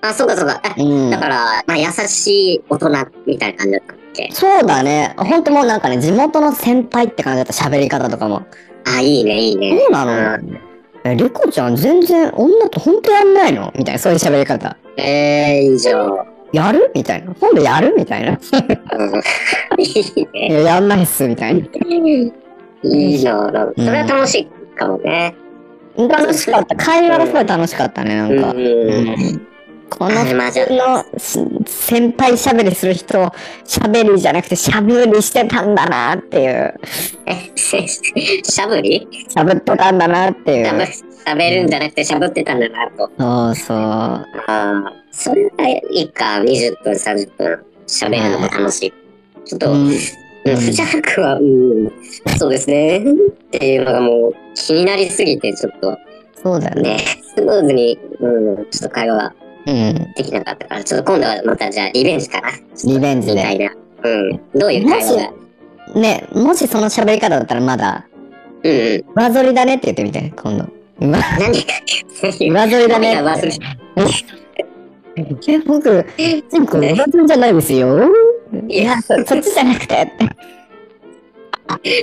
[SPEAKER 1] あ、そうかそうか。あ
[SPEAKER 2] うん
[SPEAKER 1] だ。から、まあ、優しい大人みたいな感じだったっけ
[SPEAKER 2] そうだね。ほんともうなんかね、地元の先輩って感じだった、喋り方とかも。
[SPEAKER 1] あ、いいね、いいね。
[SPEAKER 2] そうなのえ、リコちゃん全然女とほんとやんないのみたいな、そういう喋り方。
[SPEAKER 1] えー、以上。
[SPEAKER 2] やるみたいな。今度やるみたいな。
[SPEAKER 1] うんいいね。
[SPEAKER 2] いや、やんないっす、みたいな。
[SPEAKER 1] いいな、なんか
[SPEAKER 2] う
[SPEAKER 1] そ
[SPEAKER 2] ん
[SPEAKER 1] れは楽しいかもね。
[SPEAKER 2] 楽しかった。会話がすごい楽しかったね、な
[SPEAKER 1] うん
[SPEAKER 2] ん
[SPEAKER 1] う
[SPEAKER 2] か。
[SPEAKER 1] ん。
[SPEAKER 2] この
[SPEAKER 1] あまあじゃ
[SPEAKER 2] のし先輩喋りする人を喋りじゃなくて喋りしてたんだなっていう。
[SPEAKER 1] え、せしゃぶり
[SPEAKER 2] 喋ってたんだなってい
[SPEAKER 1] しゃぶ
[SPEAKER 2] う。
[SPEAKER 1] しゃべるんじゃなくてしゃぶってたんだなと。
[SPEAKER 2] そうそう。
[SPEAKER 1] ああ、それはいいか、20分、30分しゃべるのも楽しい。ちょっと、
[SPEAKER 2] うん
[SPEAKER 1] うん藤原君は、うん、そうですね。っていうのがもう気になりすぎて、ちょっと
[SPEAKER 2] そうだよね。
[SPEAKER 1] ね、スムーズに、うん、ちょっと会話が
[SPEAKER 2] うん。
[SPEAKER 1] できなかったから、ちょっと今度はまたじゃあリベンジかな。
[SPEAKER 2] リベンジ
[SPEAKER 1] みた
[SPEAKER 2] で。
[SPEAKER 1] いな。うん。どういう会話が。
[SPEAKER 2] ね、もしその喋り方だったらまだ、
[SPEAKER 1] うんうん。
[SPEAKER 2] 上反りだねって言ってみて、今度。 上
[SPEAKER 1] 何か、
[SPEAKER 2] 上反りだね
[SPEAKER 1] 何が上
[SPEAKER 2] って
[SPEAKER 1] 反。
[SPEAKER 2] え、僕、全部上反りじゃないですよ。いや、そそっちじゃなくてって。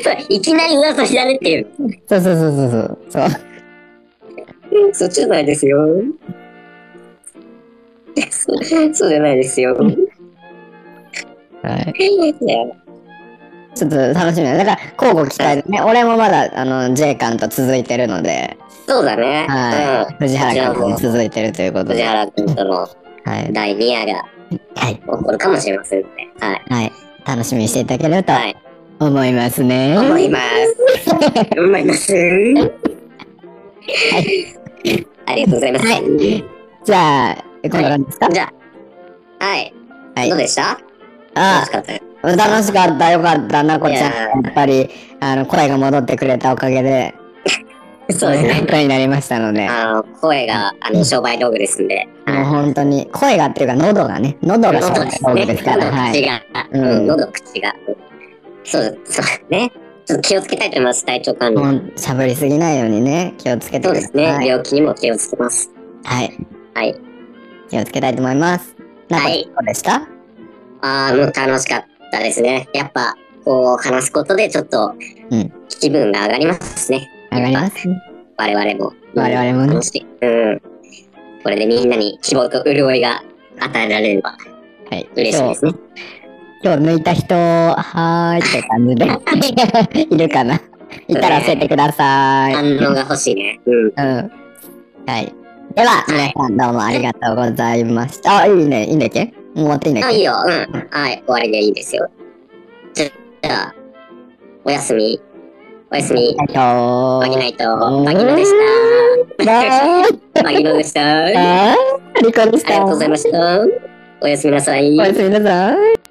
[SPEAKER 1] そう、いきなり噂しられてる。
[SPEAKER 2] そうそうそうそうそう。そう。
[SPEAKER 1] そっちじゃないですよ。そそうじゃないですよ。
[SPEAKER 2] はい。ちょっと楽しみだ。だから、交互期待ね。俺もまだ、あの、J 館と続いてるので、
[SPEAKER 1] そうだね。
[SPEAKER 2] はい。藤原君も続いてるというこ
[SPEAKER 1] うん。
[SPEAKER 2] と
[SPEAKER 1] 藤
[SPEAKER 2] で。は
[SPEAKER 1] 原君との
[SPEAKER 2] い。
[SPEAKER 1] 第2夜が
[SPEAKER 2] はい。
[SPEAKER 1] 起こるかもしれませんね。はい。
[SPEAKER 2] はい。楽しみにしていただければ
[SPEAKER 1] はい。
[SPEAKER 2] と思いますね。
[SPEAKER 1] 思います。思います。ありがとうございます。
[SPEAKER 2] はいじゃあ、こんな感じですか、
[SPEAKER 1] じゃあ、はい。
[SPEAKER 2] はい
[SPEAKER 1] どうでした楽
[SPEAKER 2] あ
[SPEAKER 1] しかったです
[SPEAKER 2] あ、楽しかった。よかった。なこちゃん。
[SPEAKER 1] いや
[SPEAKER 2] やっぱり、あの、声が戻ってくれたおかげで、
[SPEAKER 1] そうですね。
[SPEAKER 2] 声になりましたので、
[SPEAKER 1] あの、声が、あの、商売道具ですんで。
[SPEAKER 2] もう本当に、声がっていうか、喉がね、喉が
[SPEAKER 1] 喉ですね。
[SPEAKER 2] ですから、
[SPEAKER 1] 喉、
[SPEAKER 2] はい
[SPEAKER 1] 口。が、
[SPEAKER 2] うん
[SPEAKER 1] うん、喉、口が。うんそう、そうね。ちょっと気をつけたいと思います、体調管理。
[SPEAKER 2] もう喋りすぎないようにね、気をつけて
[SPEAKER 1] そうで
[SPEAKER 2] ください。
[SPEAKER 1] すね、病気にも気をつけます。
[SPEAKER 2] はい。
[SPEAKER 1] はい。
[SPEAKER 2] 気をつけたいと思います。なんか、
[SPEAKER 1] はい
[SPEAKER 2] どうでした
[SPEAKER 1] ああ、もう楽しかったですね。やっぱ、こう、話すことでちょっと
[SPEAKER 2] うん、
[SPEAKER 1] 気分が上がりますね。
[SPEAKER 2] 上がります
[SPEAKER 1] 我々も。
[SPEAKER 2] 我々もね
[SPEAKER 1] 楽しい。うん。これでみんなに希望と潤いが与えられれば
[SPEAKER 2] はい。
[SPEAKER 1] 嬉しい
[SPEAKER 2] 今
[SPEAKER 1] で
[SPEAKER 2] 日、
[SPEAKER 1] すね。
[SPEAKER 2] 今日抜いた人、はーいって感じで、い るかないたら教えてください。
[SPEAKER 1] 反応が欲しいね。うん。
[SPEAKER 2] うん。はい。では、皆さんどうもありがとうございました。あ、いいね、いいんだっけもう終わっていいんだ
[SPEAKER 1] あ、
[SPEAKER 2] っ
[SPEAKER 1] いい
[SPEAKER 2] け
[SPEAKER 1] よ。うん。はい。終わりでいいですよ。じゃじゃあ、おやすみ。おやすみ。
[SPEAKER 2] えっと
[SPEAKER 1] バギナイト。
[SPEAKER 2] うん
[SPEAKER 1] バギノでし
[SPEAKER 2] ね
[SPEAKER 1] た。バギノでした。
[SPEAKER 2] え
[SPEAKER 1] あ
[SPEAKER 2] ー、離婚でし
[SPEAKER 1] りが
[SPEAKER 2] た。
[SPEAKER 1] とうございました。おやすみなさい。
[SPEAKER 2] おやすみなさい。